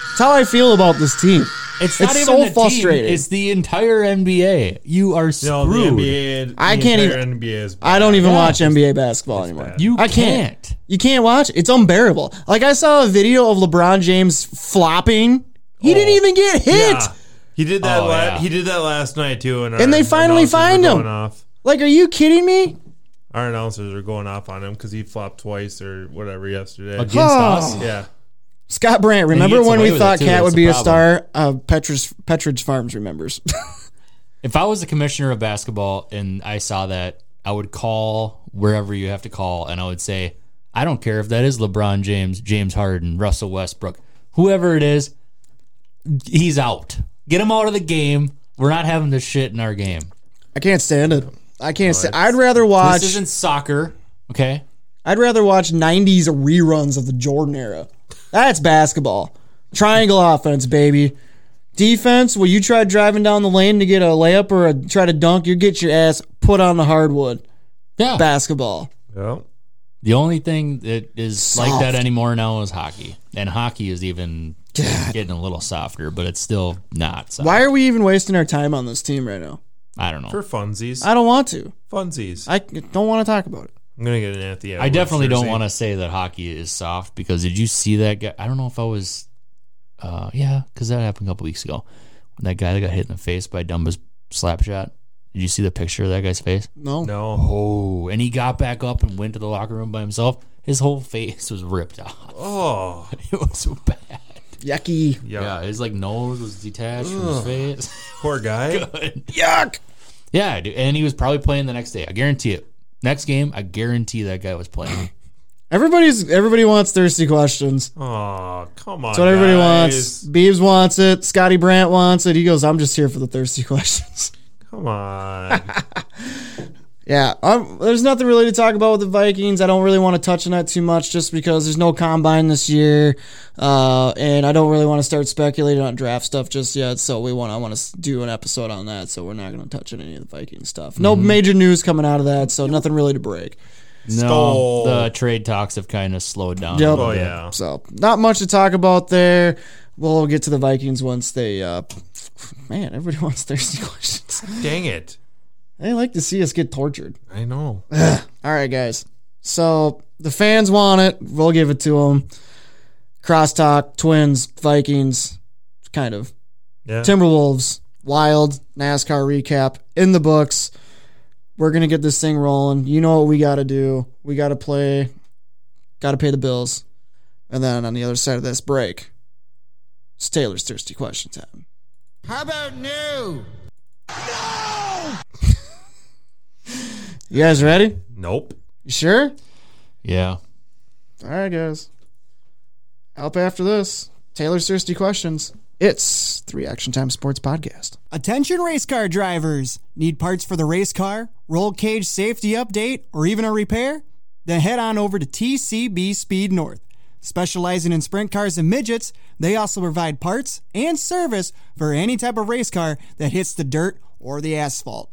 Speaker 1: That's how I feel about this team.
Speaker 7: It's,
Speaker 1: It's
Speaker 7: not even
Speaker 1: so
Speaker 7: the team,
Speaker 1: frustrating.
Speaker 7: it's the entire NBA. You are screwed.
Speaker 3: No, the NBA. The
Speaker 1: I can't
Speaker 3: entire NBA is
Speaker 1: I don't even
Speaker 7: Yeah.
Speaker 1: watch NBA basketball anymore.
Speaker 3: bad.
Speaker 7: You
Speaker 1: I can't.
Speaker 7: can't.
Speaker 1: You can't watch. It's unbearable. Like I saw a video of LeBron James flopping. He didn't even get hit.
Speaker 3: Yeah. He did that.
Speaker 7: Oh,
Speaker 3: la-
Speaker 7: yeah.
Speaker 3: He did that last night too, and, our
Speaker 1: And they finally
Speaker 3: announcers were
Speaker 1: fined
Speaker 3: going
Speaker 1: him.
Speaker 3: Off.
Speaker 1: Like, are you kidding me?
Speaker 3: Our announcers are going off on him because he flopped twice or whatever yesterday.
Speaker 7: against us.
Speaker 3: Yeah,
Speaker 1: Scott Brandt, remember
Speaker 7: gets
Speaker 1: when
Speaker 7: away
Speaker 1: we
Speaker 7: with it,
Speaker 1: thought
Speaker 7: too.
Speaker 1: Cat
Speaker 7: That's
Speaker 1: would
Speaker 7: the
Speaker 1: be a
Speaker 7: problem.
Speaker 1: star? Uh, Petridge, Petridge Farms remembers.
Speaker 7: If I was the commissioner of basketball and I saw that, I would call wherever you have to call and I would say, I don't care if that is LeBron James, James Harden, Russell Westbrook, whoever it is, he's out. Get him out of the game. We're not having this shit in our game.
Speaker 1: I can't stand it. I can't stand. I'd rather watch.
Speaker 7: This isn't soccer, okay?
Speaker 1: I'd rather watch '90s reruns of the Jordan era. That's basketball. Triangle offense, baby. Defense. Will you try driving down the lane to get a layup or a, try to dunk? You get your ass put on the hardwood.
Speaker 7: Yeah.
Speaker 1: Basketball.
Speaker 3: yeah.
Speaker 7: The only thing that is like
Speaker 1: Soft.
Speaker 7: that anymore now is hockey. And hockey is even getting a little softer, but it's still not. soft.
Speaker 1: Why are we even wasting our time on this team right now?
Speaker 7: I don't know.
Speaker 3: For funsies,
Speaker 1: I don't want to.
Speaker 3: funsies. I,
Speaker 1: I don't want to talk about it.
Speaker 3: am gonna get an Anthony.
Speaker 7: I definitely don't want to say that hockey is soft because did you see that guy? I don't know if I was, uh, yeah, because that happened a couple weeks ago. When that guy that got hit in the face by Dumba's slap shot. Did you see the picture of that guy's face?
Speaker 1: No.
Speaker 3: No.
Speaker 7: Oh, and he got back up and went to the locker room by himself. His whole face was ripped off.
Speaker 3: Oh,
Speaker 7: It was bad.
Speaker 1: Yucky.
Speaker 3: yeah.
Speaker 7: Yeah, his like nose was detached from his face.
Speaker 3: Poor guy.
Speaker 1: Yuck.
Speaker 7: yeah, dude, and he was probably playing the next day. I guarantee it. Next game, I guarantee that guy was playing.
Speaker 1: Everybody's everybody wants thirsty questions.
Speaker 3: Oh, come on.
Speaker 1: That's what everybody wants.
Speaker 3: guys.
Speaker 1: Beebs wants it. Scotty Brandt wants it. He goes, I'm just here for the thirsty questions.
Speaker 3: Come on.
Speaker 1: Yeah, um, there's nothing really to talk about with the Vikings. I don't really want to touch on that too much, just because there's no combine this year, uh, and I don't really want to start speculating on draft stuff just yet. So we want I want to do an episode on that. So we're not going to touch on any of the Viking stuff. No
Speaker 3: Mm-hmm.
Speaker 1: major news coming out of that. So nothing really to break.
Speaker 7: no,
Speaker 3: Stole.
Speaker 7: the trade talks have kind of slowed down.
Speaker 1: Yep.
Speaker 3: Oh yeah.
Speaker 1: So not much to talk about there. We'll get to the Vikings once they. Uh, man, everybody wants thirsty questions.
Speaker 3: Dang it.
Speaker 1: They like to see us get tortured.
Speaker 3: I know.
Speaker 1: All right, guys. So the fans want it. We'll give it to them. Crosstalk, Twins, Vikings, kind of.
Speaker 3: Yeah.
Speaker 1: Timberwolves, Wild, NASCAR recap in the books. We're going to get this thing rolling. You know what we got to do. We got to play, got to pay the bills. And then on the other side of this break, it's Taylor's Thirsty Question time. How about new? No! you guys ready?
Speaker 3: Nope.
Speaker 1: You sure?
Speaker 7: Yeah.
Speaker 1: All right, guys. Help after this. Taylor's thirsty questions. It's three Action Time Sports Podcast.
Speaker 8: Attention race car drivers! Need parts for the race car, roll cage safety update, or even a repair? Then head on over to TCB Speed North. Specializing in sprint cars and midgets, they also provide parts and service for any type of race car that hits the dirt or the asphalt.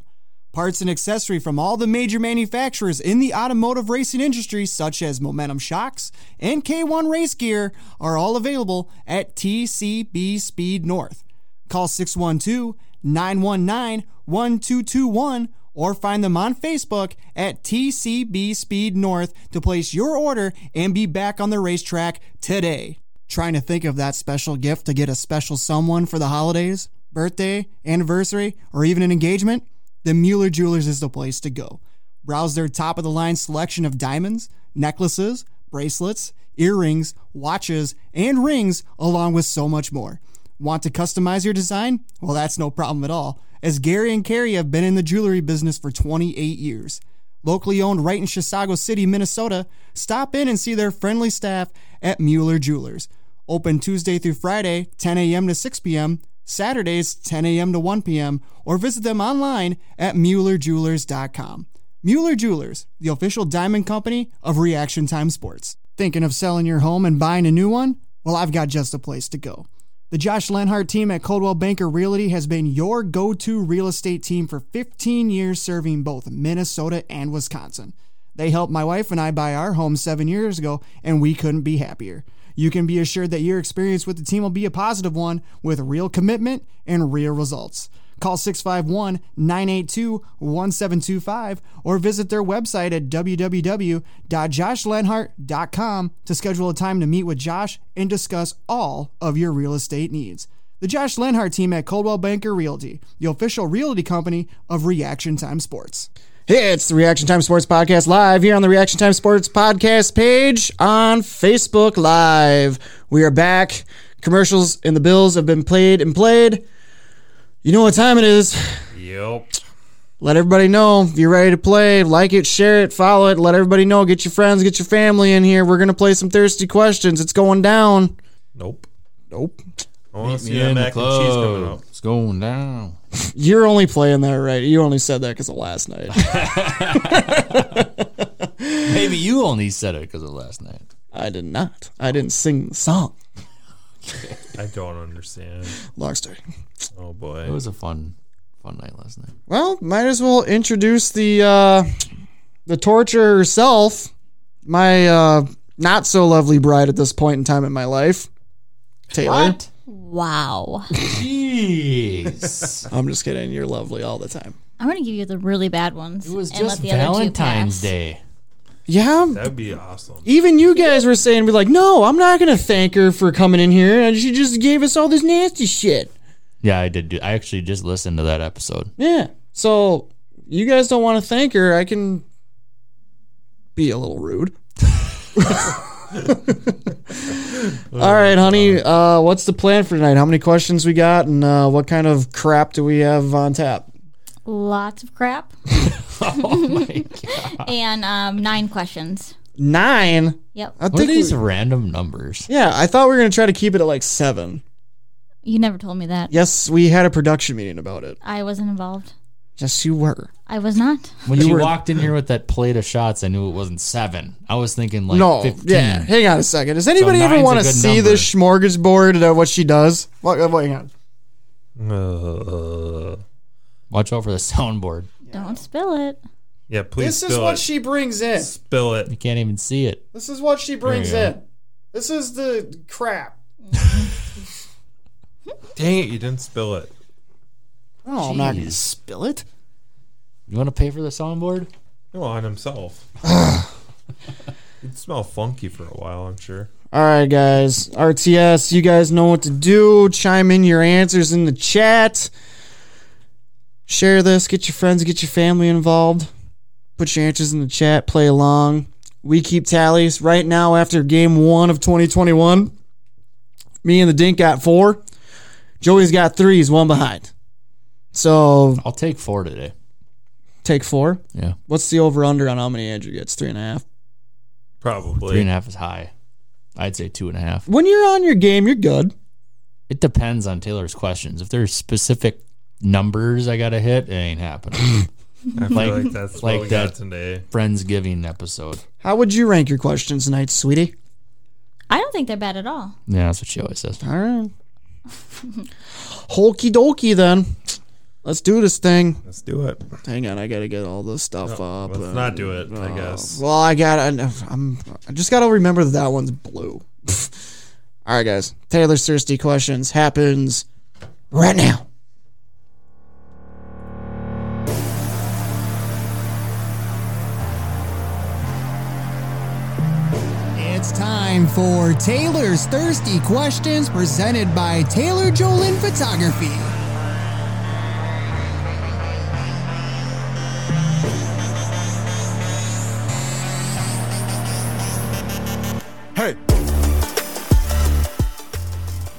Speaker 8: Parts and accessory from all the major manufacturers in the automotive racing industry, such as Momentum Shocks and K1 Race Gear, are all available at TCB Speed North. Call 612 919 1221 or find them on Facebook at TCB Speed North to place your order and be back on the racetrack today. Trying to think of that special gift to get a special someone for the holidays, birthday, anniversary, or even an engagement? The Mueller Jewelers is the place to go. Browse their top of the line selection of diamonds, necklaces, bracelets, earrings, watches, and rings, along with so much more. Want to customize your design? Well, that's no problem at all, as Gary and Carrie have been in the jewelry business for 28 years. Locally owned right in Chisago City, Minnesota, stop in and see their friendly staff at Mueller Jewelers. Open Tuesday through Friday, 10 a.m. to 6 p.m., Saturdays, 10 a.m. to 1 p.m., or visit them online at MuellerJewelers.com. Mueller Jewelers, the official diamond company of Reaction Time Sports. Thinking of selling your home and buying a new one? Well, I've got just a place to go. The Josh Lenhart team at Coldwell Banker Realty has been your go to real estate team for 15 years, serving both Minnesota and Wisconsin. They helped my wife and I buy our home seven years ago, and we couldn't be happier. You can be assured that your experience with the team will be a positive one with real commitment and real results. Call 651 982 1725 or visit their website at www.joshlenhart.com to schedule a time to meet with Josh and discuss all of your real estate needs.
Speaker 9: the Josh Lenhart team at Coldwell Banker Realty, the official realty company of Reaction Time Sports.
Speaker 8: Hey, it's the Reaction Time Sports Podcast live here on the Reaction Time Sports Podcast page on Facebook Live. We are back. Commercials and the bills have been played and played. You know what time it is.
Speaker 3: Yep.
Speaker 8: Let everybody know if you're ready to play. Like it, share it, follow it. Let everybody know. Get your friends, get your family in here. We're going to play some thirsty questions. It's going down.
Speaker 3: Nope.
Speaker 8: Nope.
Speaker 3: I want to see
Speaker 7: Yeah,
Speaker 3: that
Speaker 7: in the
Speaker 3: mac and cheese coming
Speaker 7: club.
Speaker 3: up.
Speaker 7: It's going down.
Speaker 8: You're only playing that right. You only said that because of last night.
Speaker 7: Maybe you only said it because of last night.
Speaker 8: I did not. I didn't sing the song.
Speaker 3: I don't understand.
Speaker 8: Long story.
Speaker 3: Oh boy.
Speaker 7: It was a fun, fun night last night.
Speaker 8: Well, might as well introduce the uh, the torturer herself, my uh, not so lovely bride at this point in time in my life, Taylor.
Speaker 10: Wow.
Speaker 7: Jeez.
Speaker 8: I'm just kidding. You're lovely all the time.
Speaker 10: I'm going to give you the really bad ones.
Speaker 7: it was
Speaker 10: and let
Speaker 7: just
Speaker 10: the other two
Speaker 7: Valentine's
Speaker 10: pass.
Speaker 7: Day.
Speaker 8: Yeah,
Speaker 3: That'd be awesome.
Speaker 7: E-
Speaker 8: even you guys were saying, "Be like, no, I'm not gonna thank her for coming in here, and she just gave us all this nasty shit."
Speaker 7: Yeah, I did. Do, I actually just listened to that episode.
Speaker 8: Yeah. So you guys don't want to thank her. I can be a little rude. All right, honey. Uh, what's the plan for tonight? How many questions we got, and uh, what kind of crap do we have on tap?
Speaker 10: Lots of crap.
Speaker 7: Oh
Speaker 10: and um, nine questions.
Speaker 8: Nine.
Speaker 10: Yep.
Speaker 8: I
Speaker 7: What are
Speaker 8: think.
Speaker 7: these
Speaker 8: we-
Speaker 7: random numbers?
Speaker 8: yeah, I thought we were gonna try to keep it at like seven.
Speaker 10: You never told me that.
Speaker 8: Yes, we had a production meeting about it.
Speaker 10: I wasn't involved.
Speaker 8: Yes, you were.
Speaker 10: I was not.
Speaker 7: When you, walked in here with that plate of shots, I knew it wasn't seven. I was thinking like
Speaker 8: No.
Speaker 7: 15.
Speaker 8: Yeah. Hang on a second. Does anybody ever
Speaker 7: nine's a
Speaker 8: want to
Speaker 7: good
Speaker 8: see
Speaker 7: number.
Speaker 8: this smorgasbord? Uh, what she does? What, what, hang on.
Speaker 3: Uh,
Speaker 7: Watch out for the soundboard.
Speaker 10: Don't spill it.
Speaker 3: yeah, please
Speaker 8: This
Speaker 3: spill
Speaker 8: is what
Speaker 3: it.
Speaker 8: she brings in.
Speaker 3: spill it.
Speaker 7: You can't even see it.
Speaker 8: This is what she brings
Speaker 7: There you
Speaker 8: in. This is the crap.
Speaker 3: Dang it, you didn't spill it.
Speaker 8: Oh, I'm not gonna
Speaker 7: Jeez.
Speaker 8: spill it.
Speaker 7: You want to pay for the soundboard?
Speaker 3: No, on himself. It'd smell funky for a while, I'm sure.
Speaker 8: All right, guys. RTS, you guys know what to do. Chime in your answers in the chat. Share this. Get your friends, get your family involved. Put your answers in the chat. Play along. We keep tallies. Right now, after game one of 2021, me and the Dink got four. Joey's got three. He's one behind. So
Speaker 7: I'll take four today.
Speaker 8: take four.
Speaker 7: Yeah.
Speaker 8: What's the over under on how many Andrew gets? Three and a half.
Speaker 3: Probably.
Speaker 7: Three and a half is high. I'd say two and a half.
Speaker 8: When you're on your game, you're good.
Speaker 7: It depends on Taylor's questions. If there's specific numbers I gotta hit, it ain't happening.
Speaker 3: I feel
Speaker 7: Like-
Speaker 3: like, that's
Speaker 7: like
Speaker 3: what we
Speaker 7: that.
Speaker 3: got today.
Speaker 7: Friendsgiving episode.
Speaker 8: How would you rank your questions tonight, sweetie?
Speaker 10: I don't think they're bad at all.
Speaker 7: Yeah, that's what she always says.
Speaker 8: All right. Holky dokie, then. Let's do this thing.
Speaker 3: Let's do it.
Speaker 8: Hang on, I gotta get all this stuff up.
Speaker 3: Let's
Speaker 8: Uh,
Speaker 3: not do it, I guess.
Speaker 8: well, I got. to I'm. I just gotta remember that that one's blue. all right, guys. Taylor's thirsty questions happens right now. Uh,
Speaker 9: It's time for Taylor's Thirsty Questions presented by Taylor Jolin Photography.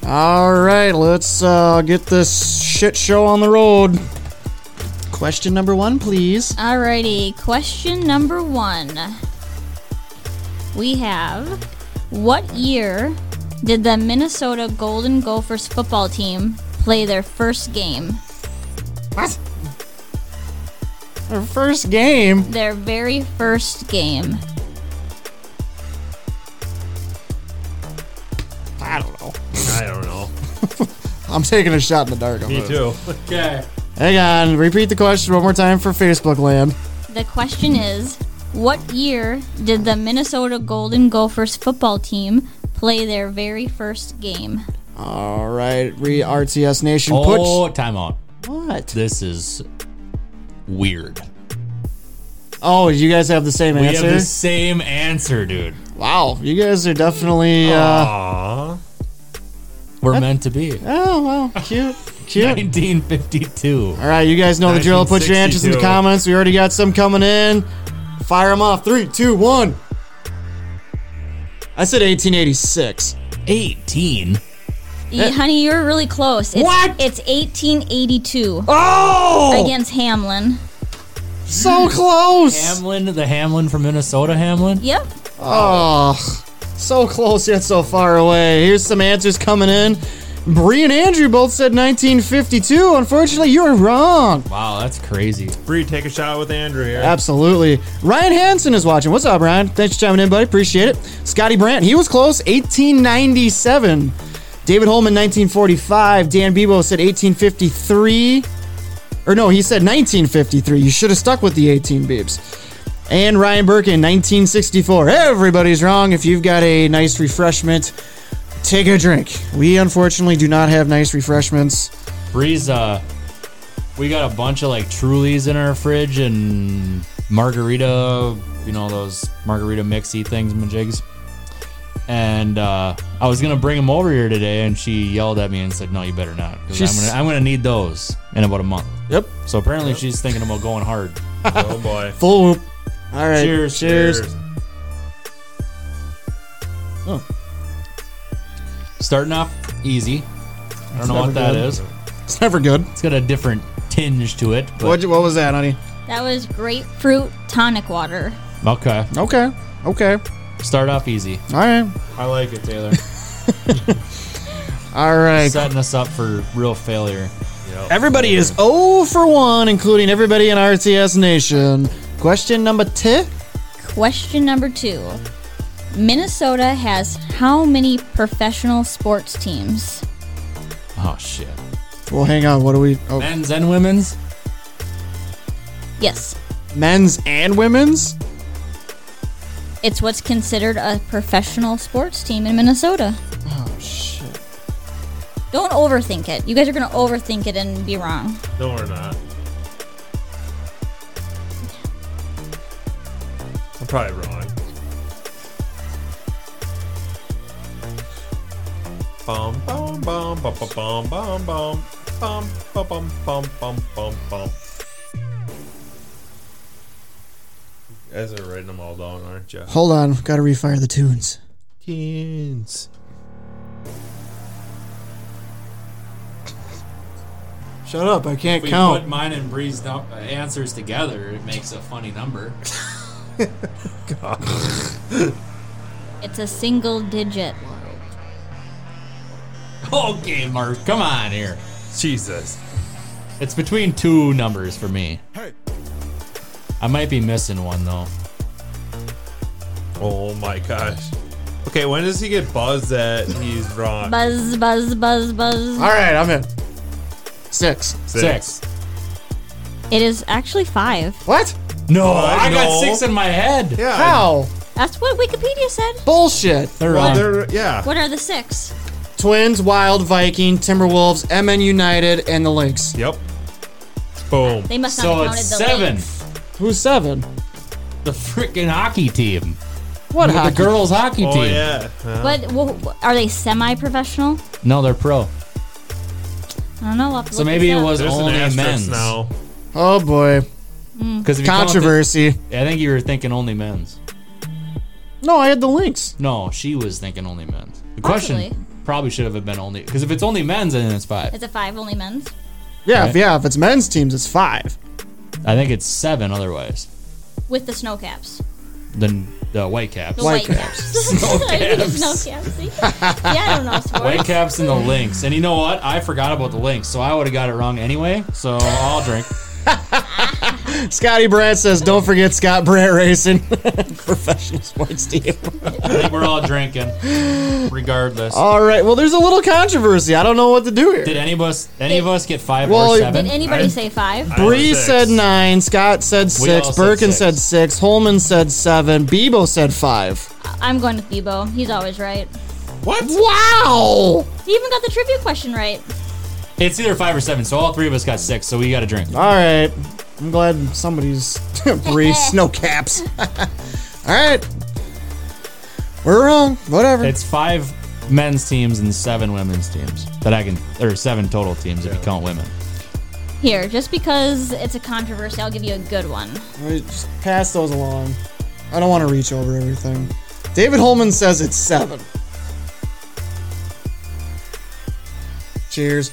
Speaker 8: All right, let's uh, get this shit show on the road. Question number one, please.
Speaker 10: Alrighty, question number one. We have What year did the Minnesota Golden Gophers football team play their first game?
Speaker 8: Our first game.
Speaker 10: Their very first game.
Speaker 8: I don't know.
Speaker 3: I don't know.
Speaker 8: I'm taking a shot in the dark. on
Speaker 3: Me
Speaker 8: this.
Speaker 3: too.
Speaker 8: Hang on. Repeat the question one more time for Facebook land.
Speaker 10: The question is What year did the Minnesota Golden Gophers football team play their very first game?
Speaker 8: All right, re RTS Nation.
Speaker 7: Oh, timeout.
Speaker 8: Put what?
Speaker 7: This is weird.
Speaker 8: Oh, you guys have the same
Speaker 7: We
Speaker 8: answer.
Speaker 7: have the same answer, dude.
Speaker 8: Wow, you guys are definitely. Uh,
Speaker 3: Aw.
Speaker 7: We're meant to be.
Speaker 1: Oh, well, cute. Cute.
Speaker 7: 1952.
Speaker 1: All right, you guys know the drill. Put your answers in the
Speaker 3: 1962.
Speaker 1: comments. We already got some coming in. Fire them off. Three, two, one. I said 1886.
Speaker 7: 18.
Speaker 10: Y- honey, you're really close. It's,
Speaker 1: What?
Speaker 10: It's 1882
Speaker 1: Oh!
Speaker 10: against Hamlin.
Speaker 1: So close!
Speaker 7: Hamlin, the Hamlin from Minnesota, Hamlin.
Speaker 10: Yep.
Speaker 1: Oh, so close yet so far away. Here's some answers coming in. Bree and Andrew both said 1952. Unfortunately, you're wrong.
Speaker 7: Wow, that's crazy.
Speaker 3: Bree, take a shot with Andrew here.
Speaker 1: Absolutely. Ryan Hansen is watching. What's up, Ryan? Thanks for chiming in, buddy. Appreciate it. Scotty Brandt, he was close. 1897. David Holman, 1945. Dan Bebo said 1853. Or no, he said 1953. You should have stuck with the 18 beeps. And Ryan Birkin, 1964. Everybody's wrong. If you've got a nice refreshment, take a drink. We unfortunately do not have nice refreshments.
Speaker 7: Breeze, uh, we got a bunch of like Trulies in our fridge and margarita, you know, those margarita mixy things, majigs. And uh, I was gonna bring them over here today, and she yelled at me and said, "No, you better not. 'cause
Speaker 1: She's-
Speaker 7: I'm gonna, I'm gonna need those in about a month."
Speaker 1: Yep.
Speaker 7: So apparently, she's thinking about going hard.
Speaker 3: Oh boy.
Speaker 1: Full whoop. All right.
Speaker 7: Cheers.
Speaker 1: Cheers.
Speaker 7: Starting off easy. I don't know what that is.
Speaker 1: It's never good.
Speaker 7: It's got a different tinge to it. But,
Speaker 1: What, what was that, honey?
Speaker 10: That was grapefruit tonic water.
Speaker 7: okay,
Speaker 1: Okay. Okay.
Speaker 7: start off easy.
Speaker 1: All right.
Speaker 3: I like it, Taylor.
Speaker 1: All right.
Speaker 7: Setting us up for real failure.
Speaker 1: Everybody is 0 for 1, including everybody in RTS Nation. Question number two.
Speaker 10: Question number two Minnesota has how many professional sports teams?
Speaker 7: Oh shit.
Speaker 1: Well, hang on. What do we. Oh,
Speaker 7: Men's and women's.
Speaker 10: Yes.
Speaker 1: men's and women's?
Speaker 10: It's what's considered a professional sports team in Minnesota.
Speaker 1: Oh, shit.
Speaker 10: Don't overthink it. You guys are going to overthink it and be wrong.
Speaker 3: no, we're not. I'm probably wrong. Bum bum bum bum bum bum bum bum bum bum bum bum bum bum. You Guys are writing them all down, aren't you?
Speaker 1: Hold on. Got to refire the tunes.
Speaker 3: Jeans.
Speaker 1: Shut up. I can't
Speaker 7: If we
Speaker 1: count.
Speaker 7: put mine and Bree's num- uh, answers together, it makes a funny number.
Speaker 10: It's a single digit.
Speaker 7: okay, Mark, come on here.
Speaker 3: Jesus.
Speaker 7: It's between two numbers for me.
Speaker 4: Hey.
Speaker 7: I might be missing one though.
Speaker 3: Oh my gosh. Okay, when does he get buzzed that he's wrong?
Speaker 10: Buzz, buzz, buzz, buzz.
Speaker 1: All right. I'm in. Six.
Speaker 7: Six.
Speaker 10: It is actually five.
Speaker 1: What?
Speaker 7: No,
Speaker 3: What?
Speaker 7: I got
Speaker 3: No.
Speaker 7: six in my head.
Speaker 3: Yeah.
Speaker 1: How?
Speaker 10: That's what Wikipedia said.
Speaker 1: Bullshit.
Speaker 7: They're
Speaker 3: Well,
Speaker 7: wrong.
Speaker 3: they're- yeah.
Speaker 10: What are the six?
Speaker 1: Twins, Wild, Viking, Timberwolves, MN United, and the Lynx.
Speaker 3: Yep. Boom.
Speaker 10: They must
Speaker 7: So
Speaker 10: not have counted
Speaker 7: it's
Speaker 10: the
Speaker 7: seven.
Speaker 10: legs.
Speaker 1: Who's seven?
Speaker 7: the freaking hockey team.
Speaker 1: What
Speaker 7: With
Speaker 1: hockey?
Speaker 7: The girls' hockey
Speaker 3: Oh
Speaker 7: team.
Speaker 3: yeah. Uh,
Speaker 10: But wh- wh- are they semi-professional?
Speaker 7: No, they're pro.
Speaker 10: I don't know. I'll have to
Speaker 7: So
Speaker 10: look
Speaker 7: maybe
Speaker 10: this
Speaker 7: it
Speaker 10: up.
Speaker 7: was
Speaker 3: there's an
Speaker 7: only
Speaker 3: asterisk
Speaker 7: men's.
Speaker 3: now.
Speaker 1: Oh, boy.
Speaker 7: Because
Speaker 1: Controversy.
Speaker 7: I think you were thinking only men's.
Speaker 1: No, I had the Lynx.
Speaker 7: No, she was thinking only men's. The
Speaker 10: Possibly.
Speaker 7: question probably should have been only because if it's only men's, then it's five.
Speaker 10: Is it five only men's?
Speaker 1: Yeah, if,
Speaker 7: Right.
Speaker 1: yeah. If it's men's teams, it's five.
Speaker 7: I think it's seven otherwise.
Speaker 10: With the snow caps.
Speaker 7: Then the white caps.
Speaker 10: The
Speaker 1: White
Speaker 10: white, caps. Snow caps. snow caps. See? Yeah, I don't know sports.
Speaker 7: White caps and the links. And you know what? I forgot about the links, so I would have got it wrong anyway. So I'll drink.
Speaker 1: Scotty Brandt says, "Don't forget Scott Brandt Racing, professional sports team."
Speaker 7: I think we're all drinking, regardless.
Speaker 1: All right. Well, there's a little controversy. I don't know what to do here.
Speaker 7: Did any of us any of us get five
Speaker 1: Well,
Speaker 7: or
Speaker 1: did
Speaker 7: seven?
Speaker 10: Did anybody
Speaker 3: I-
Speaker 10: say five?
Speaker 3: I was
Speaker 1: Bree
Speaker 3: six.
Speaker 1: said nine. Scott said six.
Speaker 7: all said
Speaker 1: Birkin
Speaker 7: six.
Speaker 1: said six. Holman said seven. Bebo said five.
Speaker 10: I'm going with Bebo. He's always right.
Speaker 1: What? Wow.
Speaker 10: He even got the trivia question right.
Speaker 7: it's either five or seven. So all three of us got six. So we got a drink.
Speaker 1: All right. I'm glad somebody's Bree snow caps. All right. We're wrong. Whatever.
Speaker 7: It's five men's teams and seven women's teams that I can, or seven total teams if you count women.
Speaker 10: Here, just because it's a controversy, I'll give you a good one.
Speaker 1: All right, just pass those along. I don't want to reach over everything. David Holman says it's seven. Cheers.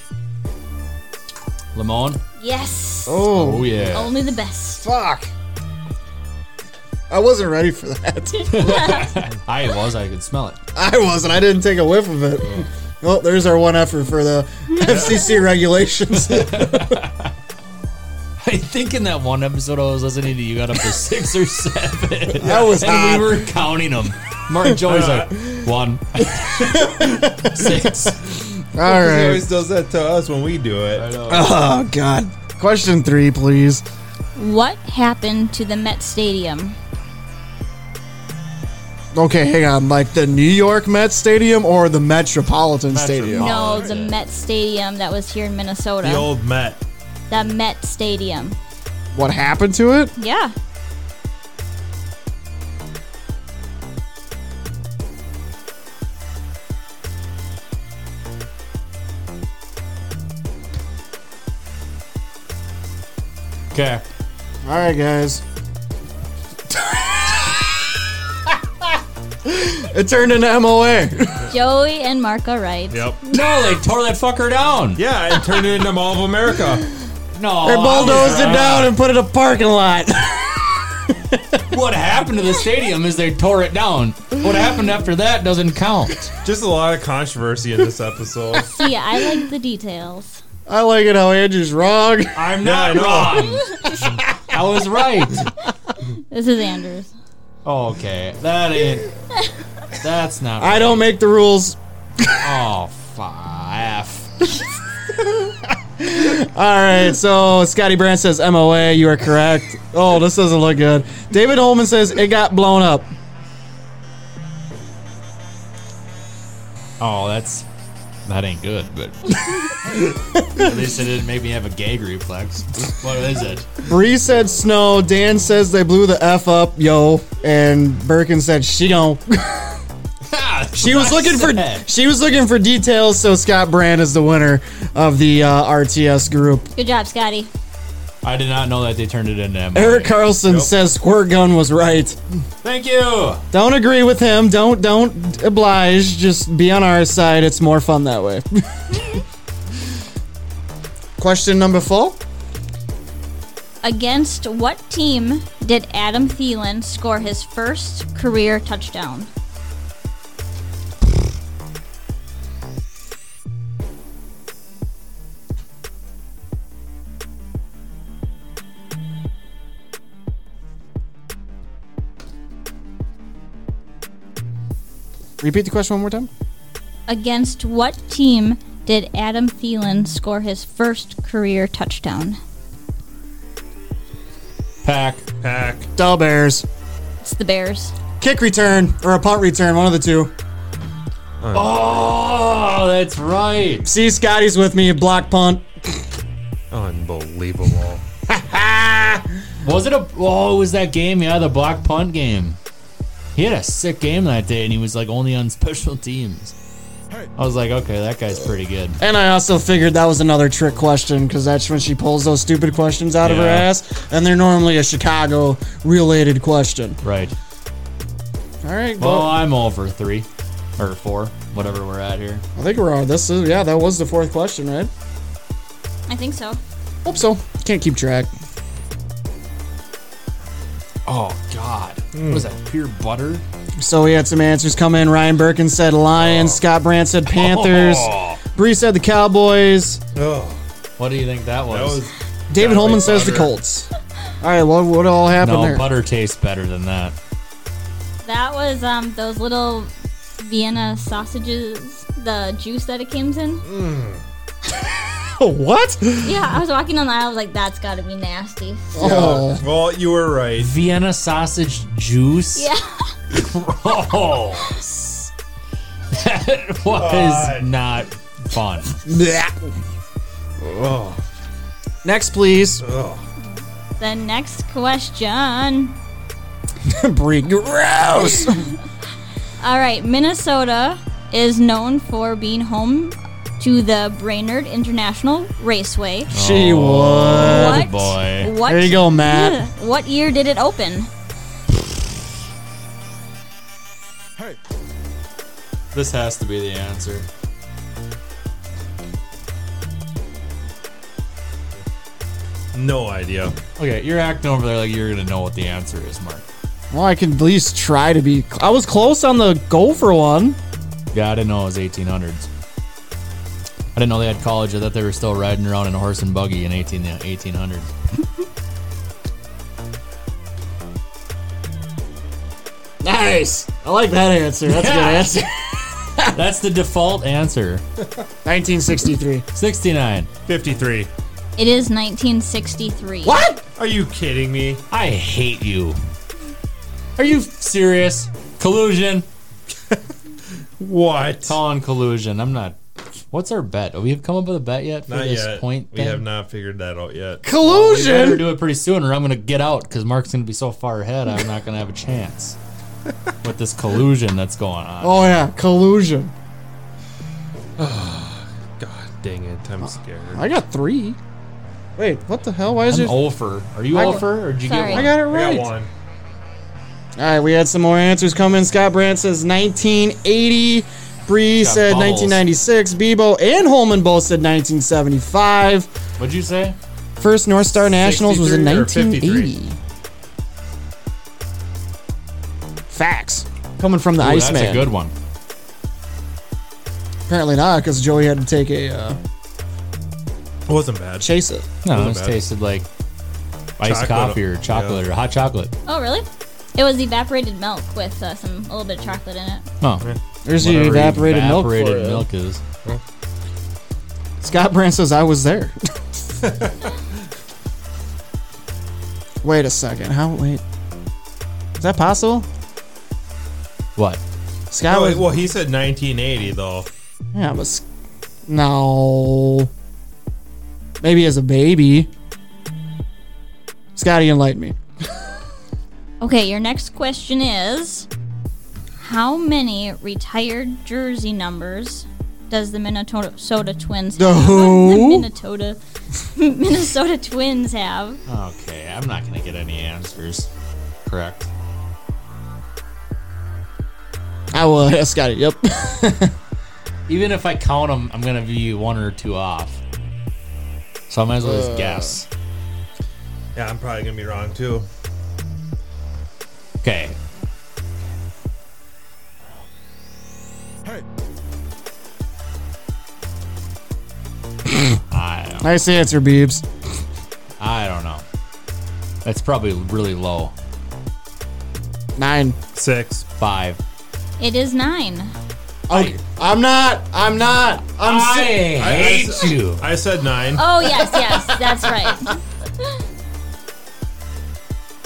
Speaker 7: Lamone?
Speaker 10: Yes.
Speaker 1: Oh,
Speaker 7: Oh, yeah.
Speaker 10: Only the best.
Speaker 1: fuck. I wasn't ready for that.
Speaker 7: I was, I could smell it.
Speaker 1: I wasn't. I didn't take a whiff of it. Well, there's our one effort for the FCC regulations.
Speaker 7: I think in that one episode I was listening to, you got up to six or seven.
Speaker 1: That was hot.
Speaker 7: and we were counting them. Martin Joey's like, one, six.
Speaker 1: All
Speaker 3: He
Speaker 1: right.
Speaker 3: always does that to us when we do it.
Speaker 1: Oh God. Question three, please.
Speaker 10: What happened to the Met Stadium?
Speaker 1: Okay, hang on. Like the New York Met Stadium or the Metropolitan Stadium?
Speaker 10: No,
Speaker 7: Oh,
Speaker 10: the
Speaker 7: yeah.
Speaker 10: Met Stadium that was here in Minnesota.
Speaker 3: The old Met.
Speaker 10: the Met Stadium.
Speaker 1: What happened to it?
Speaker 10: Yeah.
Speaker 7: Okay.
Speaker 1: All right, guys. it turned into MOA.
Speaker 10: Joey and Mark are right.
Speaker 3: Yep.
Speaker 7: No, they tore that fucker down.
Speaker 3: Yeah, and turned it into Mall of America.
Speaker 7: No,
Speaker 1: They
Speaker 7: I was
Speaker 1: bulldozed it
Speaker 7: wrong.
Speaker 1: down and put it in a parking lot.
Speaker 7: What happened to the stadium is they tore it down. What happened after that doesn't count.
Speaker 3: Just a lot of controversy in this episode.
Speaker 10: See, I like the details.
Speaker 1: I like it how Andrew's wrong.
Speaker 7: I'm
Speaker 3: Yeah,
Speaker 7: not
Speaker 3: I
Speaker 7: wrong. I was right.
Speaker 10: This is Anders.
Speaker 7: Okay, that ain't. That's not.
Speaker 1: I don't make the rules.
Speaker 7: Oh, f.
Speaker 1: All right, so Scotty Brand says MOA. You are correct. Oh, this doesn't look good. David Holman says it got blown up.
Speaker 7: Oh, that's. That ain't good, but. At least it didn't make me have a gag reflex. What is it?
Speaker 1: Bree said snow. Dan says they blew the f up, yo. And Birkin said she don't. She was looking for she was looking for details. So Scott Brand is the winner of the uh, RTS group.
Speaker 10: Good job, Scotty.
Speaker 7: I did not know that they turned it into. MIA.
Speaker 1: Eric Carlson says squirt gun was right.
Speaker 7: Thank you.
Speaker 1: Don't agree with him. Don't don't oblige. Just be on our side. It's more fun that way. Question number four.
Speaker 10: Against what team did Adam Thielen score his first career touchdown?
Speaker 1: Repeat the question one more time.
Speaker 10: Against what team did Adam Thielen score his first career touchdown?
Speaker 7: Pack.
Speaker 3: Pack.
Speaker 1: Dow Bears.
Speaker 10: It's the Bears.
Speaker 1: Kick return or a punt return, one of the two.
Speaker 7: Oh, that's right.
Speaker 1: See, Scotty's with me. Block punt.
Speaker 3: Unbelievable.
Speaker 7: Was it a? Oh, it was that game? Yeah, the block punt game. He had a sick game that day, and he was like only on special teams. I was like, okay, that guy's pretty good.
Speaker 1: And I also figured that was another trick question because that's when she pulls those stupid questions out of her
Speaker 7: Yeah.
Speaker 1: ass, and they're normally a Chicago related question.
Speaker 7: Right.
Speaker 1: All right,
Speaker 7: Well,
Speaker 1: well,
Speaker 7: I'm all for three or four, whatever we're at here.
Speaker 1: I think we're on. This is yeah, that was the fourth question, right?
Speaker 10: I think so.
Speaker 1: Hope so. Can't keep track.
Speaker 7: Oh God, What was that pure butter?
Speaker 1: So we had some answers come in. Ryan Birkin said Lions. Scott Brandt said Panthers.
Speaker 7: Oh.
Speaker 1: Bree said the Cowboys.
Speaker 3: Oh,
Speaker 7: What do you think that
Speaker 3: that
Speaker 7: was?
Speaker 3: was
Speaker 1: David
Speaker 3: Golly,
Speaker 1: Holman says the
Speaker 3: butter.
Speaker 1: Colts. All right, well, what all happened
Speaker 7: no,
Speaker 1: there?
Speaker 7: butter tastes better than that.
Speaker 10: That was um those little Vienna sausages, the juice that it comes in.
Speaker 1: Oh, what?
Speaker 10: Yeah, I was walking on the aisle. I was like, that's got to be nasty.
Speaker 1: Oh,
Speaker 3: well. You were right.
Speaker 7: Vienna sausage juice.
Speaker 10: Yeah.
Speaker 7: Gross. that was
Speaker 3: God.
Speaker 7: not fun.
Speaker 1: bleh.
Speaker 3: Oh,
Speaker 1: Next, please.
Speaker 10: The next question.
Speaker 1: Bree, gross.
Speaker 10: All right, Minnesota is known for being home to the Brainerd International Raceway.
Speaker 1: She would.
Speaker 10: what?
Speaker 7: boy.
Speaker 10: What?
Speaker 1: Oh, There you go, Matt.
Speaker 10: What year did it open?
Speaker 7: This has to be the answer.
Speaker 3: No idea.
Speaker 7: Okay, you're acting over there like you're gonna know what the answer is, Mark.
Speaker 1: Well, I can at least try to be. I was close on the gopher one.
Speaker 7: Yeah, I didn't know it was 1800s. I didn't know they had college. I thought they were still riding around in a horse and buggy in 18, yeah, 1800s.
Speaker 1: Nice. I like that answer. That's a good answer.
Speaker 7: That's the default answer.
Speaker 1: 1963.
Speaker 7: 69.
Speaker 3: 53.
Speaker 10: It is 1963.
Speaker 1: What?
Speaker 3: Are you kidding me?
Speaker 7: I hate you. Are you serious? Collusion.
Speaker 3: What?
Speaker 7: Calling collusion. I'm not. What's our bet? Have we come up with a bet yet for
Speaker 3: Not
Speaker 7: this
Speaker 3: yet.
Speaker 7: point?
Speaker 3: we
Speaker 7: thing?
Speaker 3: have not figured that out yet.
Speaker 7: We better
Speaker 1: Collusion.
Speaker 7: do it pretty soon, or I'm gonna get out because Mark's gonna be so far ahead. I'm not gonna have a chance with this collusion that's going on.
Speaker 1: Oh yeah, collusion.
Speaker 3: God dang it. I'm scared.
Speaker 1: I got three. Wait, what the hell? Why is
Speaker 7: I'm
Speaker 1: it?
Speaker 7: over. Are you
Speaker 1: I-
Speaker 7: over, or did you
Speaker 10: Sorry.
Speaker 1: I
Speaker 7: get one?
Speaker 1: got it
Speaker 3: I
Speaker 1: right.
Speaker 3: got one.
Speaker 1: All right, we had some more answers come in. Scott Brand says 1980. Bree
Speaker 7: Got
Speaker 1: said
Speaker 7: bubbles.
Speaker 1: 1996. Bebo and Holman both said 1975.
Speaker 7: What'd you say?
Speaker 1: First North Star Nationals was in
Speaker 3: 63 or
Speaker 1: 1980. Facts. Coming from the
Speaker 7: Ooh, that's
Speaker 1: Iceman.
Speaker 7: a good one.
Speaker 1: Apparently not, because Joey had to take a uh,
Speaker 3: It wasn't bad.
Speaker 1: chase it.
Speaker 7: No,
Speaker 3: Wasn't
Speaker 7: this
Speaker 3: bad.
Speaker 7: tasted like iced
Speaker 3: Chocolate.
Speaker 7: coffee or chocolate or hot chocolate.
Speaker 10: Oh, really? It was evaporated milk with uh, some a little bit of chocolate in it.
Speaker 7: Oh,
Speaker 1: There's your
Speaker 7: whatever
Speaker 1: evaporated, milk. for
Speaker 7: evaporated
Speaker 1: you.
Speaker 7: milk is.
Speaker 1: Scott Brand says I was there. wait a second. How? Wait. Is that possible?
Speaker 7: What?
Speaker 1: Scott
Speaker 3: No,
Speaker 1: was.
Speaker 3: Oh, well, he said 1980 though.
Speaker 1: Yeah, but s- no. Maybe as a baby. Scotty, enlighten me.
Speaker 10: Okay, your next question is How many retired jersey numbers does the Minnesota Twins
Speaker 1: The
Speaker 10: have?
Speaker 1: who?
Speaker 10: The Minnesota, Minnesota Twins have.
Speaker 7: Okay, I'm not gonna get any answers. Correct.
Speaker 1: I will. Yes, Scotty. Yep.
Speaker 7: Even if I count them, I'm gonna be one or two off. So I might as well just guess.
Speaker 3: Yeah, I'm probably gonna be wrong too.
Speaker 7: Okay. I don't,
Speaker 1: nice answer, Beebs.
Speaker 7: I don't know. That's probably really low.
Speaker 1: Nine.
Speaker 3: Six.
Speaker 7: Five.
Speaker 10: It is nine.
Speaker 1: I, I'm not. I'm not. I'm.
Speaker 7: Ah, I
Speaker 1: si-
Speaker 7: hate you.
Speaker 3: I said nine.
Speaker 10: Oh, yes, yes, that's right.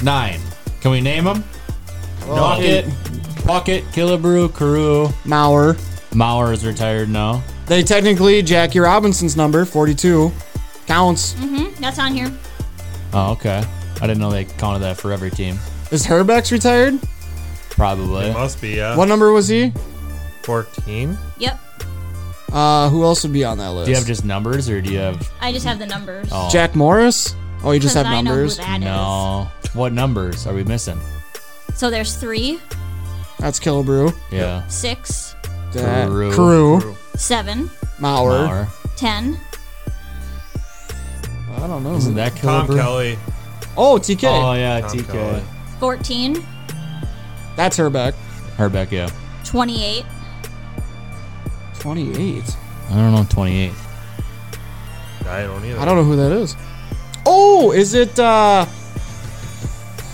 Speaker 7: Nine. Can we name them? Oh. Bucket, Bucket, Killebrew, Carew.
Speaker 1: Maurer.
Speaker 7: Maurer is retired now.
Speaker 1: They technically Jackie Robinson's number forty-two counts.
Speaker 10: That's on here.
Speaker 7: Oh, okay. I didn't know they counted that for every team.
Speaker 1: Is Herbeck's retired?
Speaker 7: Probably.
Speaker 3: Must be yeah.
Speaker 1: What number was he?
Speaker 3: 14.
Speaker 10: Yep,
Speaker 1: Uh, who else would be on that list?
Speaker 7: Do you have just numbers or do you have
Speaker 10: I just have the numbers.
Speaker 7: Oh,
Speaker 1: Jack Morris? Oh, you just have
Speaker 10: 'Cause I know who
Speaker 1: numbers.
Speaker 10: that is.
Speaker 7: no? What numbers are we missing?
Speaker 10: So there's three,
Speaker 1: That's Killebrew.
Speaker 7: Yeah.
Speaker 10: six,
Speaker 1: That-
Speaker 7: Carew.
Speaker 1: Carew.
Speaker 10: seven,
Speaker 1: Maurer.
Speaker 7: Maurer.
Speaker 10: ten.
Speaker 1: I don't know.
Speaker 7: Isn't that
Speaker 3: Tom
Speaker 7: Killebrew?
Speaker 3: Kelly.
Speaker 1: Oh, TK.
Speaker 7: Oh yeah,
Speaker 3: Tom
Speaker 7: TK.
Speaker 3: Kelly.
Speaker 10: 14,
Speaker 1: That's Herbeck.
Speaker 7: Herbeck, yeah.
Speaker 10: 28,
Speaker 1: 28.
Speaker 7: I don't know, 28.
Speaker 3: I don't either.
Speaker 1: I don't know who that is. Oh, is it uh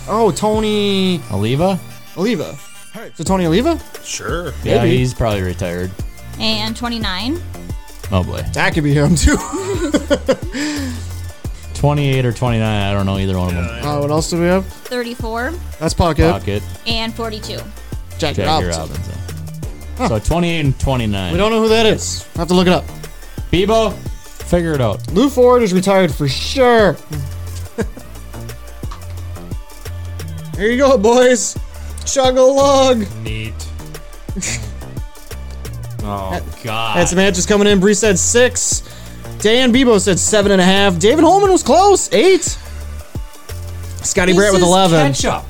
Speaker 1: Oh, Tony
Speaker 7: Oliva?
Speaker 1: Oliva. Is it Tony Oliva?
Speaker 3: Sure.
Speaker 7: Yeah,
Speaker 1: Maybe.
Speaker 7: he's probably retired.
Speaker 10: and 29.
Speaker 7: Oh boy.
Speaker 1: That could be him too.
Speaker 7: 28 or 29, I don't know either one of them.
Speaker 3: Yeah,
Speaker 1: Uh, what else do we have?
Speaker 10: 34
Speaker 1: That's Pocket.
Speaker 7: Pocket,
Speaker 10: and 42.
Speaker 1: Jack
Speaker 7: Jackie
Speaker 1: Robinson.
Speaker 7: Robinson. So 28 and 29.
Speaker 1: We don't know who that is. I'll have to look it up.
Speaker 7: Bebo, figure it out.
Speaker 1: Lou Ford is retired for sure. Here you go, boys. Chug a lug.
Speaker 3: Neat.
Speaker 7: Oh God.
Speaker 1: Had some matches coming in. Bree said six. Dan Bebo said seven and a half. David Holman was close. Eight. Scotty Brett with eleven.
Speaker 7: Ketchup.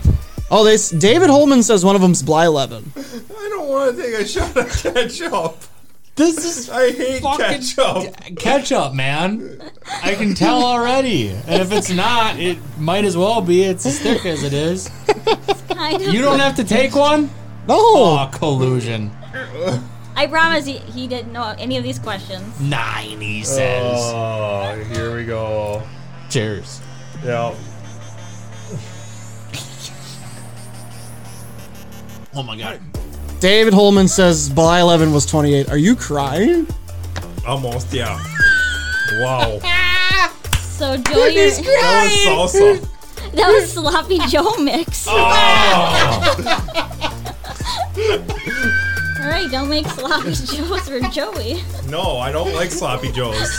Speaker 1: Oh, they s- David Holman says one of them's Bly eleven.
Speaker 3: I don't want to take a shot at ketchup.
Speaker 7: This is
Speaker 3: I hate
Speaker 7: Fucking-
Speaker 3: ketchup.
Speaker 7: ketchup, man. I can tell already. And if it's not, it might as well be. It's as thick as it is.
Speaker 10: I don't,
Speaker 7: You don't have to take one.
Speaker 1: No.
Speaker 7: Oh, collusion.
Speaker 10: I promise he, he didn't know any of these questions.
Speaker 7: Nine, he says.
Speaker 3: Oh, here we go.
Speaker 7: Cheers.
Speaker 3: Yeah.
Speaker 7: Oh my God.
Speaker 1: David Holman says Bly eleven was twenty eight. Are you crying?
Speaker 3: Almost, yeah. Wow.
Speaker 10: So Joey, that
Speaker 3: That was salsa.
Speaker 10: was sloppy Joe mix.
Speaker 7: Oh.
Speaker 10: All right, don't make sloppy Joes for Joey.
Speaker 3: No, I don't like sloppy joes.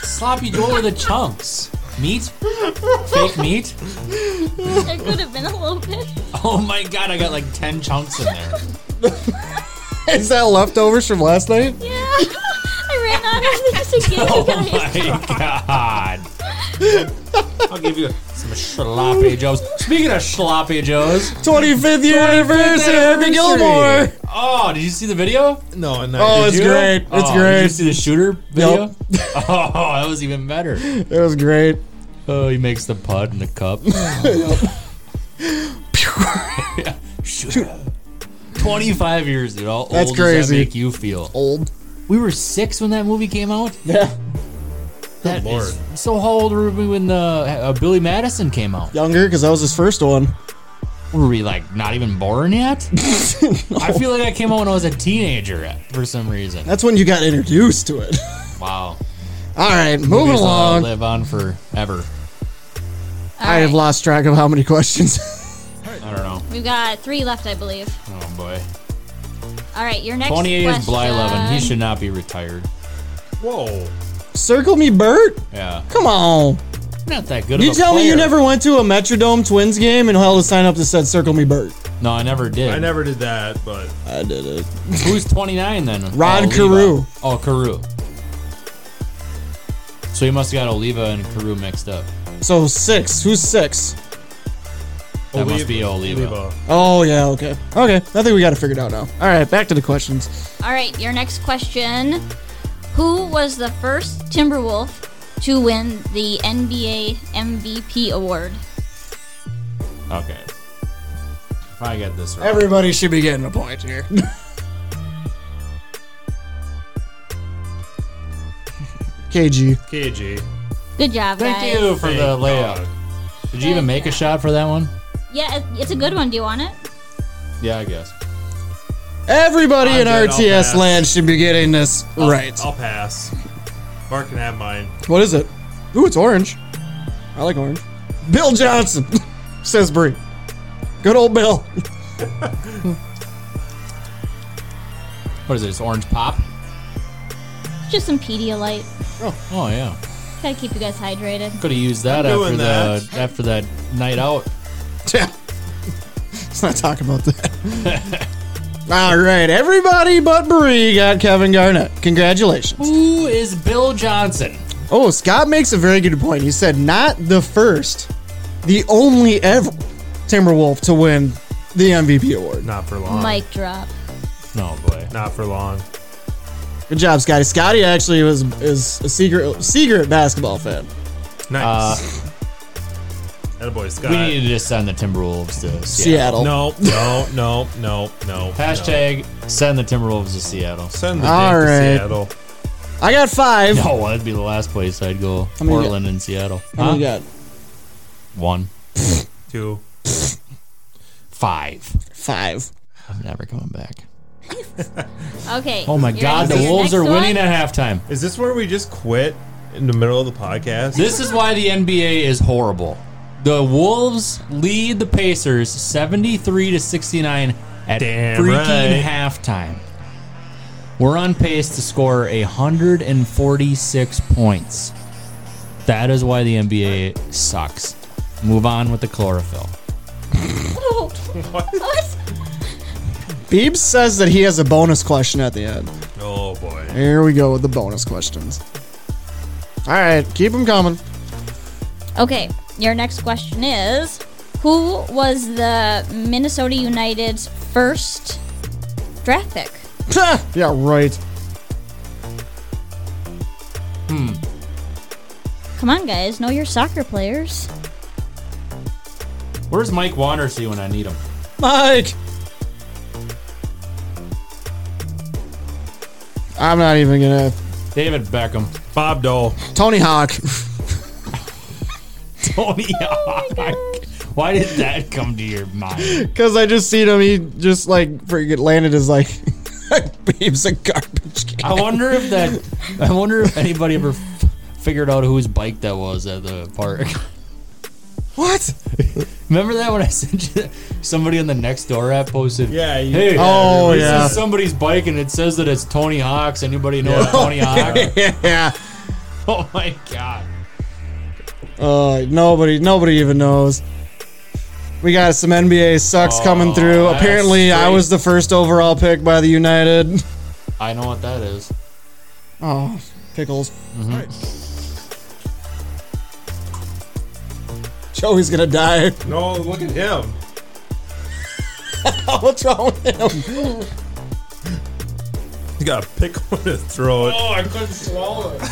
Speaker 7: Sloppy Joe with the chunks. Meat? Fake meat?
Speaker 10: There could have been a little bit.
Speaker 7: Oh my god, I got like 10 chunks in there.
Speaker 1: Is that leftovers from last night?
Speaker 10: Yeah, I ran out of these again,
Speaker 7: Oh
Speaker 10: guys.
Speaker 7: my god. I'll give you some sloppy joes. Speaking of sloppy joes,
Speaker 1: Twenty fifth year anniversary, Happy Gilmore.
Speaker 7: Oh, did you see the video?
Speaker 3: No, no.
Speaker 1: Oh, it's
Speaker 7: Did you?
Speaker 1: great. It's
Speaker 7: Oh, Did you
Speaker 1: great.
Speaker 7: see the shooter video? Oh, that was even better.
Speaker 1: It was great.
Speaker 7: Oh, he makes the putt and the cup. Yeah. Shooter. 25 years, dude. How
Speaker 1: That's
Speaker 7: old does that
Speaker 1: crazy.
Speaker 7: make you feel?
Speaker 1: Old.
Speaker 7: We were six when that movie came out.
Speaker 1: Yeah.
Speaker 7: That is-
Speaker 3: Lord.
Speaker 7: so how old were we when the uh, Billy Madison came out?
Speaker 1: Younger because that was his first one.
Speaker 7: Were we like not even born yet? I feel like that came out when I was a teenager uh, for some reason.
Speaker 1: That's when you got introduced to it.
Speaker 7: Wow.
Speaker 1: All right, moving
Speaker 7: Movies that'll
Speaker 1: along.
Speaker 7: Live on forever.
Speaker 10: All
Speaker 1: I have
Speaker 10: right,
Speaker 1: lost track of how many questions.
Speaker 7: I don't know.
Speaker 10: we've got three left, I believe.
Speaker 7: Oh boy.
Speaker 10: All right, your next
Speaker 7: 28
Speaker 10: question.
Speaker 7: is Bly Levin. He should not be retired.
Speaker 3: Whoa.
Speaker 1: Circle me, Bert.
Speaker 7: Yeah.
Speaker 1: Come on.
Speaker 7: Not that good
Speaker 1: You
Speaker 7: of a
Speaker 1: tell me you
Speaker 7: player.
Speaker 1: never went to a Metrodome Twins game and held a sign up that said "Circle me, Bert."
Speaker 7: No, I never did.
Speaker 3: I never did that, but
Speaker 1: I did it.
Speaker 7: Who's 29 then?
Speaker 1: Rod
Speaker 7: Oh,
Speaker 1: Carew.
Speaker 7: Oliva. Oh, Carew. So he must have got Oliva and Carew mixed up.
Speaker 1: So six. Who's six?
Speaker 7: That must be Oliva.
Speaker 1: Oh yeah. Okay. Okay. I think we got it figured out now. All right. Back to the questions.
Speaker 10: All right, your next question. Who was the first Timberwolf to win the NBA MVP award?
Speaker 7: Okay. If I get this right.
Speaker 1: Everybody should be getting a point here. KG.
Speaker 3: KG.
Speaker 10: Good job,
Speaker 7: Thank
Speaker 10: guys.
Speaker 7: you for
Speaker 3: Thank
Speaker 7: the layout.
Speaker 3: God.
Speaker 7: Did you even make a shot for that one?
Speaker 10: Yeah, it- it's a good one. Do you want it?
Speaker 7: Yeah, I guess.
Speaker 1: Everybody
Speaker 3: I'm
Speaker 1: in
Speaker 3: good, I'll
Speaker 1: RTS
Speaker 3: pass.
Speaker 1: land should be getting this
Speaker 3: I'll-
Speaker 1: right.
Speaker 3: I'll pass. Mark can have mine.
Speaker 1: What is it? Ooh, it's orange. I like orange. Bill Johnson, says Bree. Good old Bill.
Speaker 7: What is this? Orange pop?
Speaker 10: Just some Pedialyte.
Speaker 7: Oh yeah.
Speaker 10: Gotta keep you guys hydrated.
Speaker 7: Could have used that
Speaker 3: I'm
Speaker 7: after
Speaker 3: doing
Speaker 7: the after that night out.
Speaker 1: Yeah. Let's not talk about that. All right, everybody but Bree got Kevin Garnett. Congratulations.
Speaker 7: Who is Bill Johnson?
Speaker 1: Oh, Scott makes a very good point. He said not the first, the only ever Timberwolf to win the MVP award.
Speaker 3: Not for long.
Speaker 10: Mic drop.
Speaker 7: No boy.
Speaker 3: Not for long.
Speaker 1: Good job, Scotty. Scotty actually was is a secret secret basketball fan.
Speaker 3: Nice. Uh, boy, Scott.
Speaker 7: We need to just send the Timberwolves to Seattle.
Speaker 1: Seattle.
Speaker 3: No, no, no, no, no.
Speaker 7: Hashtag send the Timberwolves to Seattle.
Speaker 3: No. Send the
Speaker 1: All
Speaker 3: dick
Speaker 1: right.
Speaker 3: to Seattle.
Speaker 1: I got five.
Speaker 7: No, that'd be the last place I'd go.
Speaker 1: many you
Speaker 7: Portland and Seattle.
Speaker 1: What do you
Speaker 7: Huh?
Speaker 1: got?
Speaker 7: One.
Speaker 3: Two.
Speaker 7: Five.
Speaker 1: Five.
Speaker 7: I'm never coming back.
Speaker 10: Okay.
Speaker 7: Oh my
Speaker 10: you
Speaker 7: god,
Speaker 10: ready
Speaker 7: the
Speaker 10: for your
Speaker 7: Wolves are
Speaker 10: next
Speaker 7: winning
Speaker 10: one?
Speaker 7: at halftime.
Speaker 3: Is this where we just quit in the middle of the podcast?
Speaker 7: This is why the NBA is horrible. The Wolves lead the Pacers 73 to 69 at
Speaker 3: Damn
Speaker 7: freaking
Speaker 3: right.
Speaker 7: halftime. We're on pace to score 146 points. That is why the NBA sucks. Move on with the chlorophyll.
Speaker 10: Oh, what?
Speaker 1: Beebs says that he has a bonus question at the end.
Speaker 3: oh, Oh boy.
Speaker 1: Here we go with the bonus questions. All right, keep them coming.
Speaker 10: Okay, your next question is Who was the Minnesota United's first draft pick?
Speaker 1: yeah, right.
Speaker 10: Come on, guys, know your soccer players.
Speaker 7: Where's Mike Wandersee when I need him?
Speaker 1: Mike. I'm not even gonna.
Speaker 7: David Beckham.
Speaker 3: Bob Dole.
Speaker 1: Tony Hawk.
Speaker 7: Tony Hawk. Why did that come to your mind?
Speaker 1: Cause I just seen him. He just like freaking landed his like beams of garbage can.
Speaker 7: I wonder if that. I wonder if anybody ever f- figured out whose bike that was at the park.
Speaker 1: What?
Speaker 7: Remember that when I sent you somebody on the next door app posted?
Speaker 3: Yeah, you-
Speaker 7: Hey,
Speaker 1: Oh,
Speaker 7: this
Speaker 1: yeah.
Speaker 7: is somebody's bike and it says that it's Tony Hawk's. Anybody know a Tony Hawk?
Speaker 1: yeah.
Speaker 7: oh my god.
Speaker 1: Uh, nobody, nobody even knows. We got some NBA sucks coming through.
Speaker 7: that's
Speaker 1: Apparently, I
Speaker 7: great.
Speaker 1: was the first overall pick by the United.
Speaker 7: I know what that is.
Speaker 1: Oh, pickles. Joey's gonna die.
Speaker 3: No, look at him.
Speaker 1: What's wrong with him?
Speaker 3: He got a pickle in his throat.
Speaker 7: Oh, I couldn't swallow it.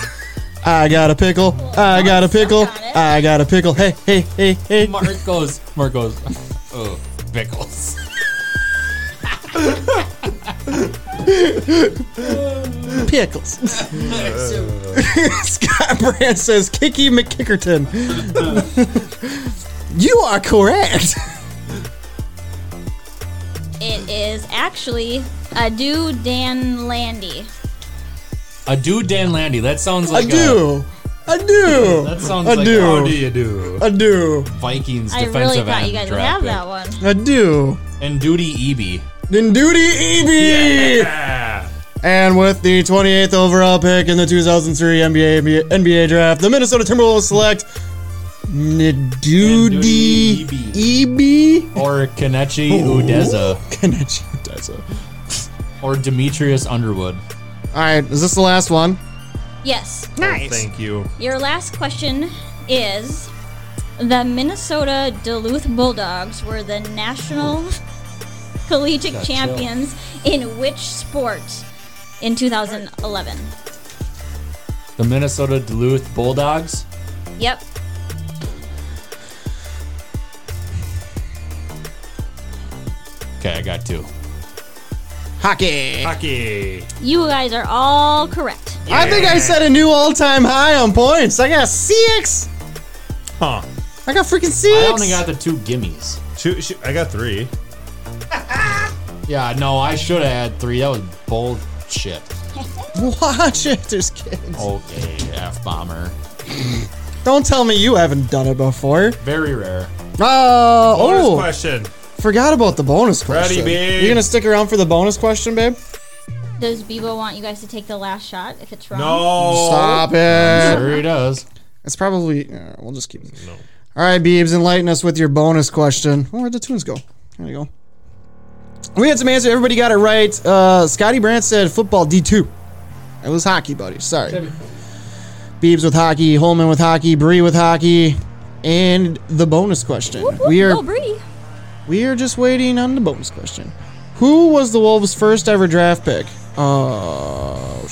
Speaker 1: I got a pickle. I got a pickle. I got a pickle. Hey, hey, hey, hey.
Speaker 7: Mark goes. Mark goes. Oh, pickles.
Speaker 1: Pickles. Scott Brand says Kiki McKickerton. you are correct.
Speaker 10: It is actually Adu Dan Landy.
Speaker 7: A dude, Dan Landy. That sounds
Speaker 1: I
Speaker 7: like A,
Speaker 1: do. I do.
Speaker 7: that sounds
Speaker 1: I
Speaker 7: like
Speaker 1: do.
Speaker 7: how do you do?
Speaker 1: I do.
Speaker 7: Vikings
Speaker 10: I
Speaker 7: defensive
Speaker 10: really thought
Speaker 7: end
Speaker 10: you guys would
Speaker 7: draft
Speaker 10: have
Speaker 7: pick.
Speaker 10: that one.
Speaker 1: I do.
Speaker 7: And Duty Eby.
Speaker 1: Then duty EB. And with the 28th overall pick in the 2003 NBA NBA draft, the Minnesota Timberwolves select Ndudi E Ebe
Speaker 7: Or Kanechi Udeza.
Speaker 1: Kenichi Udeza.
Speaker 7: Or Demetrius Underwood.
Speaker 1: All right, is this the last one?
Speaker 10: Yes.
Speaker 3: Nice. thank you.
Speaker 10: Your last question is The Minnesota Duluth Bulldogs were the national collegiate champions in which sport in 2011?
Speaker 7: The Minnesota Duluth Bulldogs.
Speaker 10: Yep.
Speaker 7: Okay, I got two.
Speaker 1: Hockey.
Speaker 3: Hockey.
Speaker 10: You guys are all correct.
Speaker 1: I think I set a new all-time high on points. I got six.
Speaker 3: Huh.
Speaker 1: I got freaking six.
Speaker 7: I only got the two gimmies.
Speaker 3: Shoot, shoot, I got three.
Speaker 7: Yeah, no, I should have had three. That was bullshit.
Speaker 1: Watch it, there's kids.
Speaker 7: Okay, F bomber.
Speaker 1: Don't tell me you haven't done it before.
Speaker 7: Very rare.
Speaker 1: Uh,
Speaker 3: Bonus
Speaker 1: oh,
Speaker 3: question.
Speaker 1: forgot about the bonus
Speaker 3: Ready,
Speaker 1: question.
Speaker 3: babe.
Speaker 1: You're gonna stick around for the bonus question, babe?
Speaker 10: Does Bebo want you guys to take the last shot if it's wrong?
Speaker 3: No.
Speaker 1: Stop it.
Speaker 7: Sure he does.
Speaker 1: It's probably. uh, we'll just keep. No. All right, Beebs, enlighten us with your bonus question. Oh, where'd the tunes go? There you go. We had some answers. Everybody got it right. Uh, Scotty Brandt said football D2. It was hockey, buddy. Sorry. Beebs with hockey, Holman with hockey, Bree with hockey, and the bonus question. We are
Speaker 10: Go Bree.
Speaker 1: we are just waiting on the bonus question. Who was the Wolves' first ever draft pick? Oh,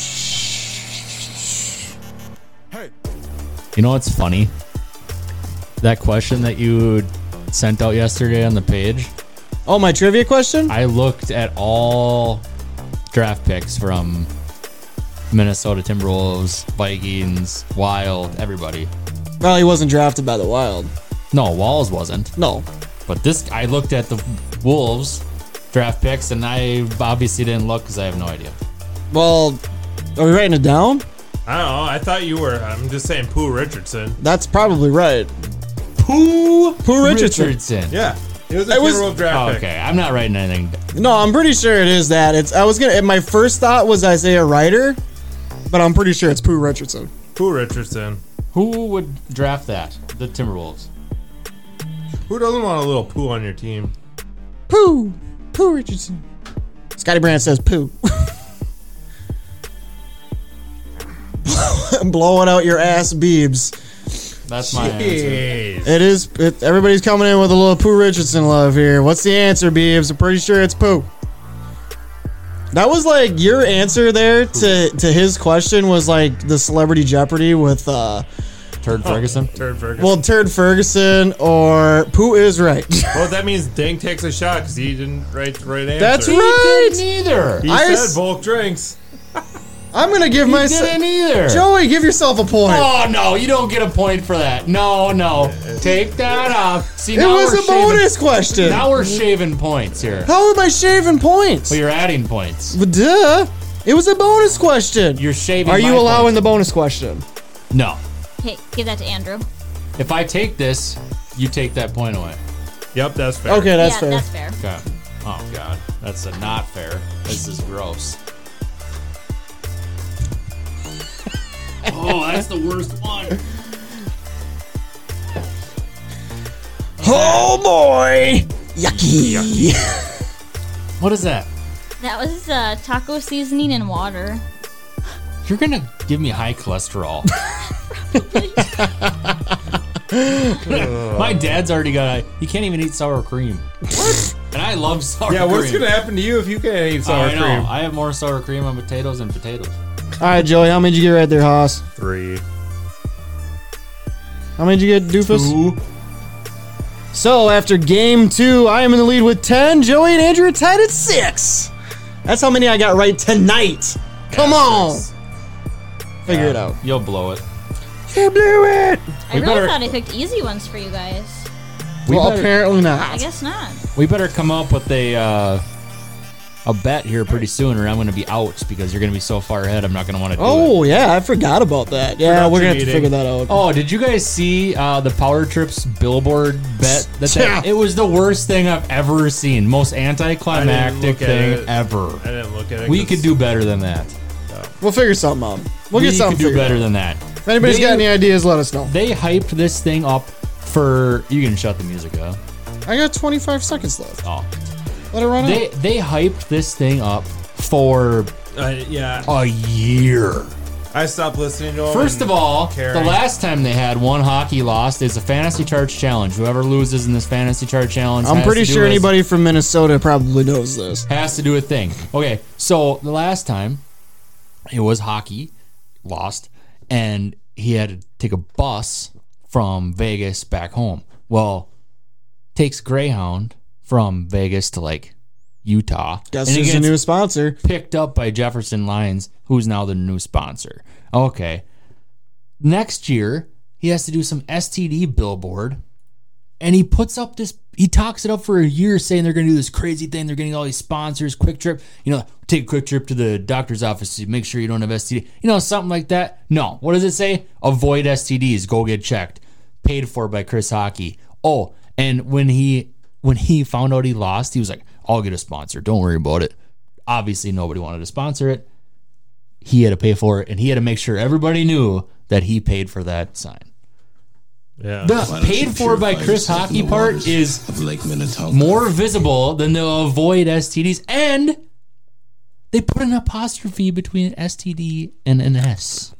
Speaker 7: You know what's funny? That question that you sent out yesterday on the page,
Speaker 1: oh, my trivia question.
Speaker 7: I looked at all draft picks from Minnesota Timberwolves, Vikings, Wild, everybody.
Speaker 1: Well, he wasn't drafted by the Wild.
Speaker 7: No, Walls wasn't.
Speaker 1: No,
Speaker 7: But this, I looked at the Wolves draft picks, and I obviously didn't look because I have no idea.
Speaker 1: Well, are we writing it down?
Speaker 3: I don't know. I thought you were. I'm just saying, Pooh Richardson.
Speaker 1: That's probably right.
Speaker 3: Pooh.
Speaker 1: Pooh Richardson.
Speaker 7: Richardson.
Speaker 3: Yeah. It was a
Speaker 1: It was-
Speaker 3: Timberwolves draft
Speaker 7: Oh,
Speaker 3: pick.
Speaker 7: okay, I'm not writing anything.
Speaker 1: No, I'm pretty sure it is that. It's I was gonna. and My first thought was Isaiah Ryder, but I'm pretty sure it's Pooh Richardson.
Speaker 3: Pooh Richardson.
Speaker 7: Who would draft that? The Timberwolves.
Speaker 3: Who doesn't want a little Pooh on your team?
Speaker 1: Pooh, Pooh Richardson. Scotty Brand says Pooh. blowing out your ass beebs.
Speaker 7: That's my answer.
Speaker 3: Jeez.
Speaker 1: It is. It, everybody's coming in with a little Pooh Richardson love here. What's the answer, Beebs? I'm pretty sure it's Pooh. That was like your answer there to, to his question was like the celebrity Jeopardy with uh
Speaker 7: Turd Ferguson.
Speaker 3: Turd Ferguson. Well,
Speaker 1: well Turd Ferguson or Pooh is right.
Speaker 3: that means Dang takes a shot because he didn't write the right answer.
Speaker 1: That's
Speaker 3: he
Speaker 1: right.
Speaker 7: Neither.
Speaker 3: He
Speaker 1: I
Speaker 3: said
Speaker 1: s-
Speaker 3: bulk drinks.
Speaker 1: I'm gonna give
Speaker 7: I
Speaker 1: myself
Speaker 7: didn't either.
Speaker 1: Joey. Give yourself a point.
Speaker 7: Oh no, you don't get a point for that. No, no, take that off. See,
Speaker 1: it
Speaker 7: now
Speaker 1: was
Speaker 7: we're
Speaker 1: a
Speaker 7: shaving,
Speaker 1: bonus question.
Speaker 7: Now we're shaving points here.
Speaker 1: How am I shaving points?
Speaker 7: Well, you're adding points.
Speaker 1: But duh, it was a bonus question.
Speaker 7: You're shaving.
Speaker 1: Are you
Speaker 7: my
Speaker 1: allowing
Speaker 7: points.
Speaker 1: the bonus question?
Speaker 7: No.
Speaker 10: Hey, give that to Andrew.
Speaker 7: If I take this, you take that point away.
Speaker 3: Yep, that's fair.
Speaker 1: Okay, that's
Speaker 10: yeah,
Speaker 1: fair.
Speaker 10: that's fair.
Speaker 7: Okay. Oh god, that's a not fair. This is gross. oh, that's the worst one.
Speaker 1: Oh boy! Yucky.
Speaker 7: What is that?
Speaker 10: That was uh, taco seasoning and water.
Speaker 7: You're gonna give me high cholesterol. My dad's already got. A, he can't even eat sour cream. What? And I love sour
Speaker 3: Yeah,
Speaker 7: cream.
Speaker 3: what's gonna happen to you if you can't eat sour
Speaker 7: I know.
Speaker 3: cream?
Speaker 7: I have more sour cream on potatoes than potatoes.
Speaker 1: All right, Joey, how many did you get right there, Haas?
Speaker 3: Three.
Speaker 1: How many did you get, Doofus? So after game two, I am in the lead with 10. Joey and Andrew are tied at six. That's how many I got right tonight. Come on. Figure it out.
Speaker 7: You'll blow it.
Speaker 1: You blew it.
Speaker 10: I really
Speaker 7: better-
Speaker 10: thought I picked easy ones for you guys.
Speaker 7: We
Speaker 1: well,
Speaker 7: better,
Speaker 1: apparently
Speaker 10: I
Speaker 1: not.
Speaker 10: guess not.
Speaker 7: we better come up with a uh, a bet here pretty soon, or I'm gonna be out because you're gonna be so far ahead. I'm not gonna want to. do it.
Speaker 1: Oh, yeah, I forgot about that. Yeah, we're going to have to
Speaker 3: meeting.
Speaker 1: figure that out.
Speaker 7: Oh, did you guys see uh, the Power Trips billboard bet? That they-
Speaker 1: Yeah.
Speaker 7: It was the worst thing I've ever seen. Most
Speaker 3: I didn't
Speaker 7: anticlimactic
Speaker 3: look at
Speaker 7: thing
Speaker 3: it.
Speaker 7: ever.
Speaker 3: I didn't look at it.
Speaker 7: We
Speaker 3: 'cause
Speaker 7: could do better than that.
Speaker 1: We'll figure something out. We'll get
Speaker 7: we
Speaker 1: something
Speaker 7: could do
Speaker 1: figured
Speaker 7: better
Speaker 1: out.
Speaker 7: than that.
Speaker 1: If anybody's
Speaker 7: They-
Speaker 1: got any ideas, let us know.
Speaker 7: They hyped this thing up for. You can shut the music up.
Speaker 1: I got 25 seconds left.
Speaker 7: Oh,
Speaker 1: Let it run out.
Speaker 7: they they hyped this thing up for
Speaker 3: I- Uh, yeah,
Speaker 7: a year.
Speaker 3: I stopped listening to him.
Speaker 7: First of
Speaker 3: and-
Speaker 7: all,
Speaker 3: Caring.
Speaker 7: the last time they had one hockey lost is a fantasy charge challenge. Whoever loses in this fantasy charge challenge,
Speaker 1: I'm
Speaker 7: has
Speaker 1: pretty
Speaker 7: to do
Speaker 1: sure
Speaker 7: a-
Speaker 1: anybody from Minnesota probably knows this.
Speaker 7: has to do a thing. Okay, so the last time it was hockey lost, and he had to take a bus from Vegas back home. Well, takes Greyhound from Vegas to like Utah,
Speaker 1: Guess
Speaker 7: and he
Speaker 1: who's the
Speaker 7: gets
Speaker 1: new sponsor?
Speaker 7: picked up by Jefferson Lions, who's now the new sponsor. Okay, next year he has to do some STD billboard and he puts up this he talks it up for a year saying they're going to do this crazy thing they're getting all these sponsors quick trip you know take a quick trip to the doctor's office to make sure you don't have std you know something like that no what does it say avoid stds go get checked paid for by chris hockey oh and when he when he found out he lost he was like i'll get a sponsor don't worry about it obviously nobody wanted to sponsor it he had to pay for it and he had to make sure everybody knew that he paid for that sign
Speaker 3: yeah.
Speaker 7: the paid for by chris hockey part is
Speaker 5: Of Lake Minnetonka.
Speaker 7: more visible than they'll avoid STDs. And they put an apostrophe between STD and an S.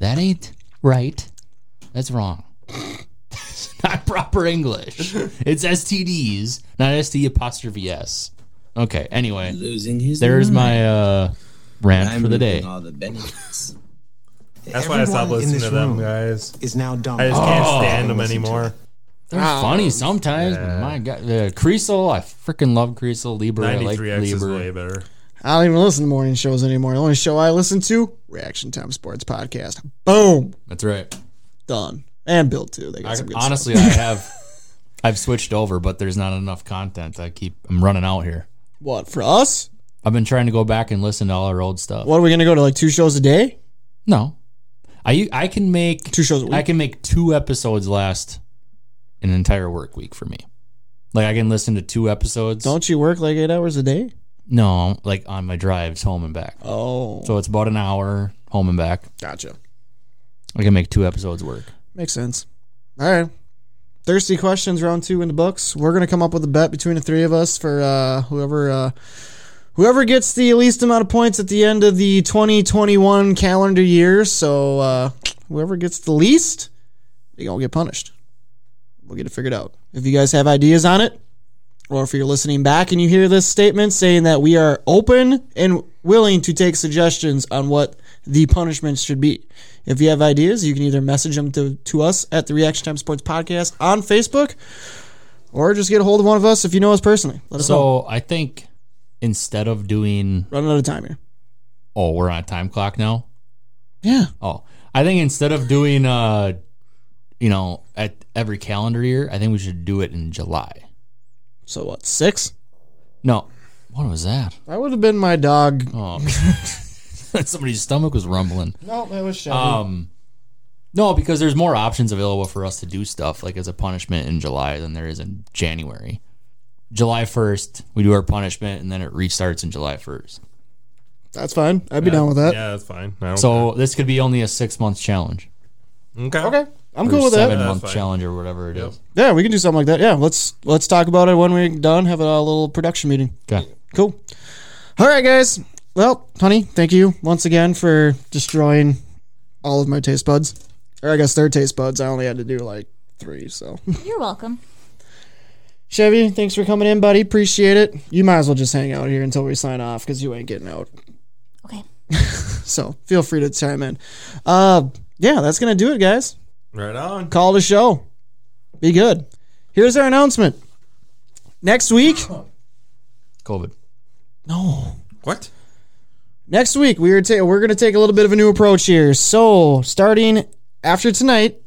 Speaker 7: That ain't right. That's wrong. It's not proper English. It's STDs, not ST apostrophe S. Okay, anyway,
Speaker 5: Losing his
Speaker 7: there's
Speaker 1: Mm.
Speaker 7: my uh, rant
Speaker 5: I'm
Speaker 7: for the
Speaker 5: reaping
Speaker 7: day.
Speaker 5: All the benefits.
Speaker 3: that's why I stopped
Speaker 2: Everyone in
Speaker 3: listening
Speaker 2: this
Speaker 3: to them
Speaker 2: room
Speaker 3: guys.
Speaker 2: Is now dumb.
Speaker 3: I just can't
Speaker 7: Oh.
Speaker 3: stand them anymore.
Speaker 7: They're funny sometimes, but my God. Uh, Creasel, I freaking love Creasel. Lieber, I like
Speaker 3: 93X is way
Speaker 7: Lieber.
Speaker 3: better.
Speaker 1: I don't even listen to morning shows anymore. The only show I listen to, Reaction Time Sports Podcast. Boom.
Speaker 7: That's right.
Speaker 1: Done. And Bill, too. They got
Speaker 7: I,
Speaker 1: some good stuff.
Speaker 7: honestly, I have. I've switched over, but there's not enough content. I keep. I'm running out here.
Speaker 1: What, for us?
Speaker 7: I've been trying to go back and listen to all our old stuff.
Speaker 1: What, are we going to go to like two shows a day?
Speaker 7: No, I I can make
Speaker 1: Two shows a week?
Speaker 7: I can make two episodes last an entire work week for me. Like I can listen to two episodes.
Speaker 1: Don't you work like eight hours a day?
Speaker 7: no, like on my drives home and back.
Speaker 1: Oh,
Speaker 7: So it's about an hour home and back.
Speaker 1: gotcha.
Speaker 7: I can make two episodes work.
Speaker 1: Makes sense. All right. Thirsty questions, round two in the books. We're going to come up with a bet between the three of us for uh, whoever uh,
Speaker 8: Whoever gets the least amount of points at the end of the 2021 calendar year, so uh, whoever gets the least, they gonna get punished. We'll get it figured out. If you guys have ideas on it, or if you're listening back and you hear this statement saying that we are open and willing to take suggestions on what the punishments should be. If you have ideas, you can either message them to, to us at the Reaction Time Sports Podcast on Facebook, or just get a hold of one of us if you know us personally. Let us know.
Speaker 7: So I think instead of doing,
Speaker 8: Running out of time here.
Speaker 7: oh, we're on a time clock now.
Speaker 8: Yeah.
Speaker 7: Oh, I think instead of doing, uh, you know, at every calendar year, I think we should do it in July.
Speaker 8: So what? Six?
Speaker 7: No, what was that?
Speaker 8: That would have been my dog.
Speaker 7: Oh, somebody's stomach was rumbling.
Speaker 8: No, that was Chevy.
Speaker 7: Um, no, because there's more options available for us to do stuff like as a punishment in July than there is in January. July 1st, we do our punishment and then it restarts in July 1st.
Speaker 8: That's fine. I'd be down with that.
Speaker 3: Yeah, that's fine. I don't
Speaker 7: Uh, So this could be only a six month challenge.
Speaker 3: okay.
Speaker 8: Okay, I'm
Speaker 7: or
Speaker 8: cool with
Speaker 7: seven
Speaker 8: that.
Speaker 7: month
Speaker 3: fine.
Speaker 7: challenge or whatever it is.
Speaker 8: Yeah, we can do something like that. Yeah, let's let's talk about it when we're done. Have a little production meeting.
Speaker 7: Okay.
Speaker 8: Cool. All right, guys. Well, honey, thank you once again for destroying all of my taste buds. Or I guess their taste buds. I only had to do like three. So
Speaker 10: You're welcome.
Speaker 8: Chevy, thanks for coming in, buddy. Appreciate it. You might as well just hang out here until we sign off because you ain't getting out.
Speaker 10: Okay.
Speaker 8: So feel free to chime in. Uh, yeah, that's gonna do it, guys.
Speaker 3: Right on.
Speaker 8: call the show. Be good. Here's our announcement. Next week,
Speaker 7: COVID.
Speaker 8: no.
Speaker 3: What?
Speaker 8: Next week we are ta- we're going to take a little bit of a new approach here. So, starting after tonight,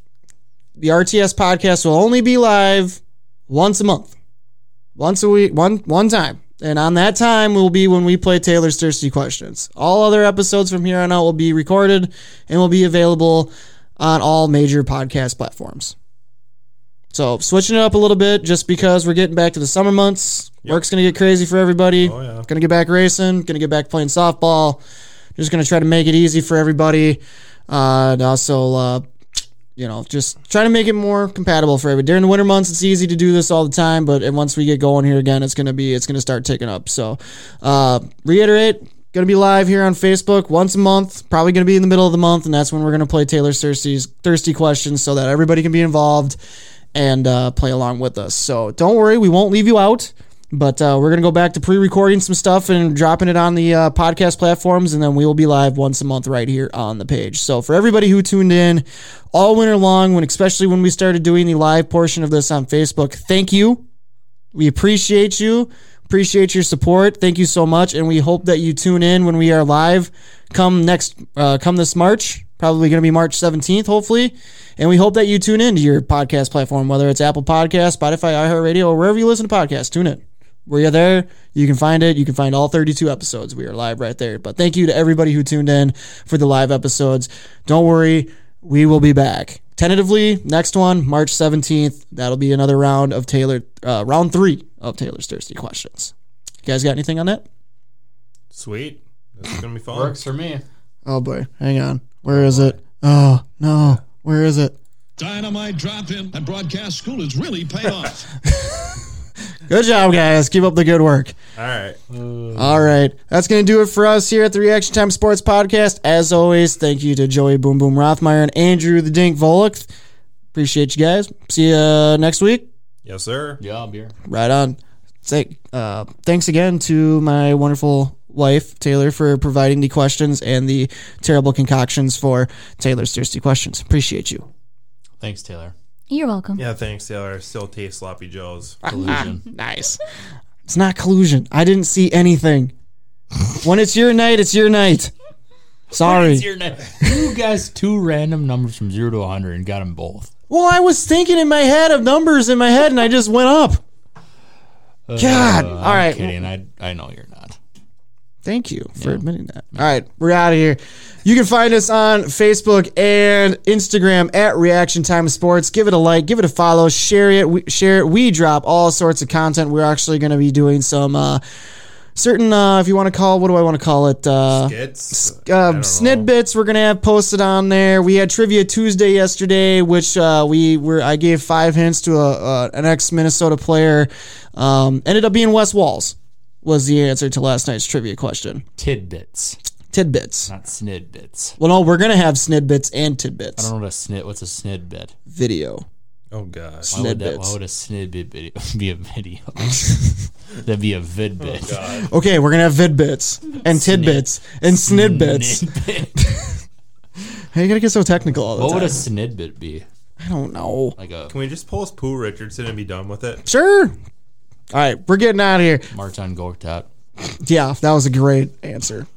Speaker 8: the RTS podcast will only be live once a month. Once a week, one one time. And on that time will be when we play Taylor's Thirsty Questions. All other episodes from here on out will be recorded and will be available on all major podcast platforms. So switching it up a little bit just because we're getting back to the summer months. Work's gonna get crazy for everybody.
Speaker 3: Oh, yeah.
Speaker 8: Gonna get back racing, gonna get back playing softball. Just gonna try to make it easy for everybody. Uh, and also uh, you know, just try to make it more compatible for everybody. During the winter months, it's easy to do this all the time, but and once we get going here again, it's gonna be it's gonna start ticking up. So, uh, reiterate, gonna be live here on Facebook once a month. Probably gonna be in the middle of the month, and that's when we're gonna play Taylor's Thirsty Thirsty questions so that everybody can be involved and uh, play along with us. So don't worry, we won't leave you out. But uh, we're gonna go back to pre-recording some stuff and dropping it on the uh, podcast platforms, and then we will be live once a month right here on the page. So for everybody who tuned in all winter long, when especially when we started doing the live portion of this on Facebook, thank you. We appreciate you, appreciate your support. Thank you so much, and we hope that you tune in when we are live. Come next, uh, come this March, probably gonna be March seventeenth, hopefully. And we hope that you tune in to your podcast platform, whether it's Apple Podcasts, Spotify, iHeartRadio, or wherever you listen to podcasts. Tune in. Where you're there, you can find it. You can find all 32 episodes. We are live right there. But thank you to everybody who tuned in for the live episodes. Don't worry, we will be back. Tentatively, next one, March 17th. That'll be another round of Taylor, uh, round three of Taylor's Thirsty Questions. You guys got anything on that?
Speaker 3: Sweet. This is gonna be fun.
Speaker 7: for me.
Speaker 8: Oh boy, hang on. Where is it? Oh no, where is it?
Speaker 6: Dynamite drop in and broadcast school has really paid off.
Speaker 8: Good job, guys. Keep up the good work.
Speaker 3: All right.
Speaker 8: All right. That's going to do it for us here at the Reaction Time Sports Podcast. As always, thank you to Joey Boom Boom Rothmeyer and Andrew the Dink Volok. Appreciate you guys. See you next week.
Speaker 3: Yes, sir.
Speaker 7: Yeah, beer.
Speaker 8: Right on. Say, uh, thanks again to my wonderful wife, Taylor, for providing the questions and the terrible concoctions for Taylor's Thirsty Questions. Appreciate you.
Speaker 7: Thanks, Taylor.
Speaker 10: You're welcome.
Speaker 3: Yeah, thanks, Taylor. Still taste sloppy joes.
Speaker 7: Ah. Collusion.
Speaker 8: Nice. It's not collusion. I didn't see anything. when it's your night, it's your night. Sorry.
Speaker 7: It's your name. You guys two random numbers from zero to 100 and got them both.
Speaker 8: Well, I was thinking in my head of numbers in my head, and I just went up. God.
Speaker 7: I'm
Speaker 8: All right.
Speaker 7: kidding. I, I know you're not.
Speaker 8: Thank you for admitting that. All right, we're out of here. You can find us on Facebook and Instagram at Reaction Time Sports. Give it a like, give it a follow, share it, we, share it. We drop all sorts of content. We're actually going to be doing some uh, certain, uh, if you want to call, what do I want to call it? Uh,
Speaker 3: It's
Speaker 8: uh, snidbits we're gonna have posted on there. We had trivia Tuesday yesterday, which uh, we were. I gave five hints to a, uh, an ex Minnesota player. Um, ended up being Wes Walls. was the answer to last night's trivia question.
Speaker 7: Tidbits,
Speaker 8: Tidbits.
Speaker 7: not snidbits.
Speaker 8: Well, no, we're gonna have snidbits and tidbits.
Speaker 7: I don't know what a snid. What's a snidbit?
Speaker 8: Video.
Speaker 3: Oh gosh.
Speaker 7: Why would, that, why
Speaker 8: Snidbits.
Speaker 7: would a snidbit be, be a video? That'd be a vidbit.
Speaker 8: Okay, we're gonna have vidbits and tidbits and snidbits.
Speaker 7: Nidbit.
Speaker 8: How you gotta get so technical all the
Speaker 7: what would a
Speaker 8: time?
Speaker 7: snidbit be?
Speaker 8: I don't know.
Speaker 7: Like a
Speaker 3: Can we just post Pooh Richardson and be done with it?
Speaker 8: Sure. All right, we're getting out of here.
Speaker 7: Martin Gortat.
Speaker 8: Yeah, that was a great answer.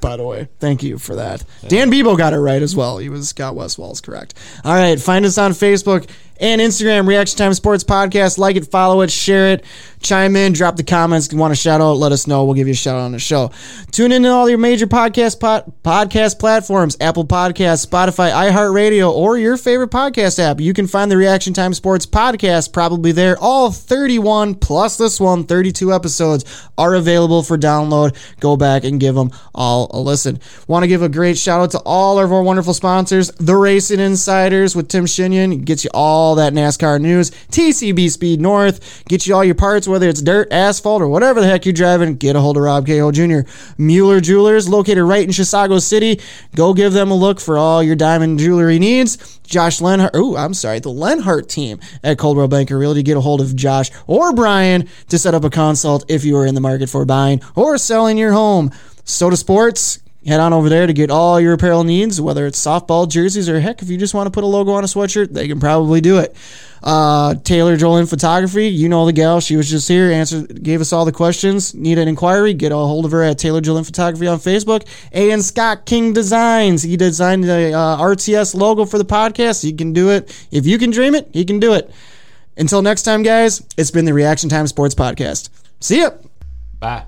Speaker 8: By the way, thank you for that. Dan Bebo got it right as well. He was got West Walls correct. All right, find us on Facebook and Instagram, Reaction Time Sports Podcast. Like it, follow it, share it, chime in, drop the comments. If you want a shout out, let us know. We'll give you a shout out on the show. Tune in to all your major podcast pod, podcast platforms: Apple Podcasts, Spotify, iHeartRadio, or your favorite podcast app. You can find the Reaction Time Sports Podcast probably there. All 31 plus this one, 32 episodes are available for download. Go back and give them all a listen. Want to give a great shout out to all of our wonderful sponsors, The Racing Insiders with Tim Shinyon. Gets you all that NASCAR news. TCB Speed North. Gets you all your parts, whether it's dirt, asphalt, or whatever the heck you're driving. Get a hold of Rob Cahill Jr. Mueller Jewelers, located right in Chisago City. Go give them a look for all your diamond jewelry needs. Josh Lenhart. Oh, I'm sorry, the Lenhart team at Coldwell Banker Realty. Get a hold of Josh or Brian to set up a consult if you are in the market for buying or selling your home. Soda Sports. Head on over there to get all your apparel needs, whether it's softball jerseys or heck, if you just want to put a logo on a sweatshirt, they can probably do it. Uh, Taylor Jolin Photography, you know the gal. She was just here, answered, gave us all the questions. Need an inquiry? Get a hold of her at Taylor Jolin Photography on Facebook. A and Scott King Designs, he designed the uh, RTS logo for the podcast. He can do it. If you can dream it, he can do it. Until next time, guys, it's been the Reaction Time Sports Podcast. See ya.
Speaker 7: Bye.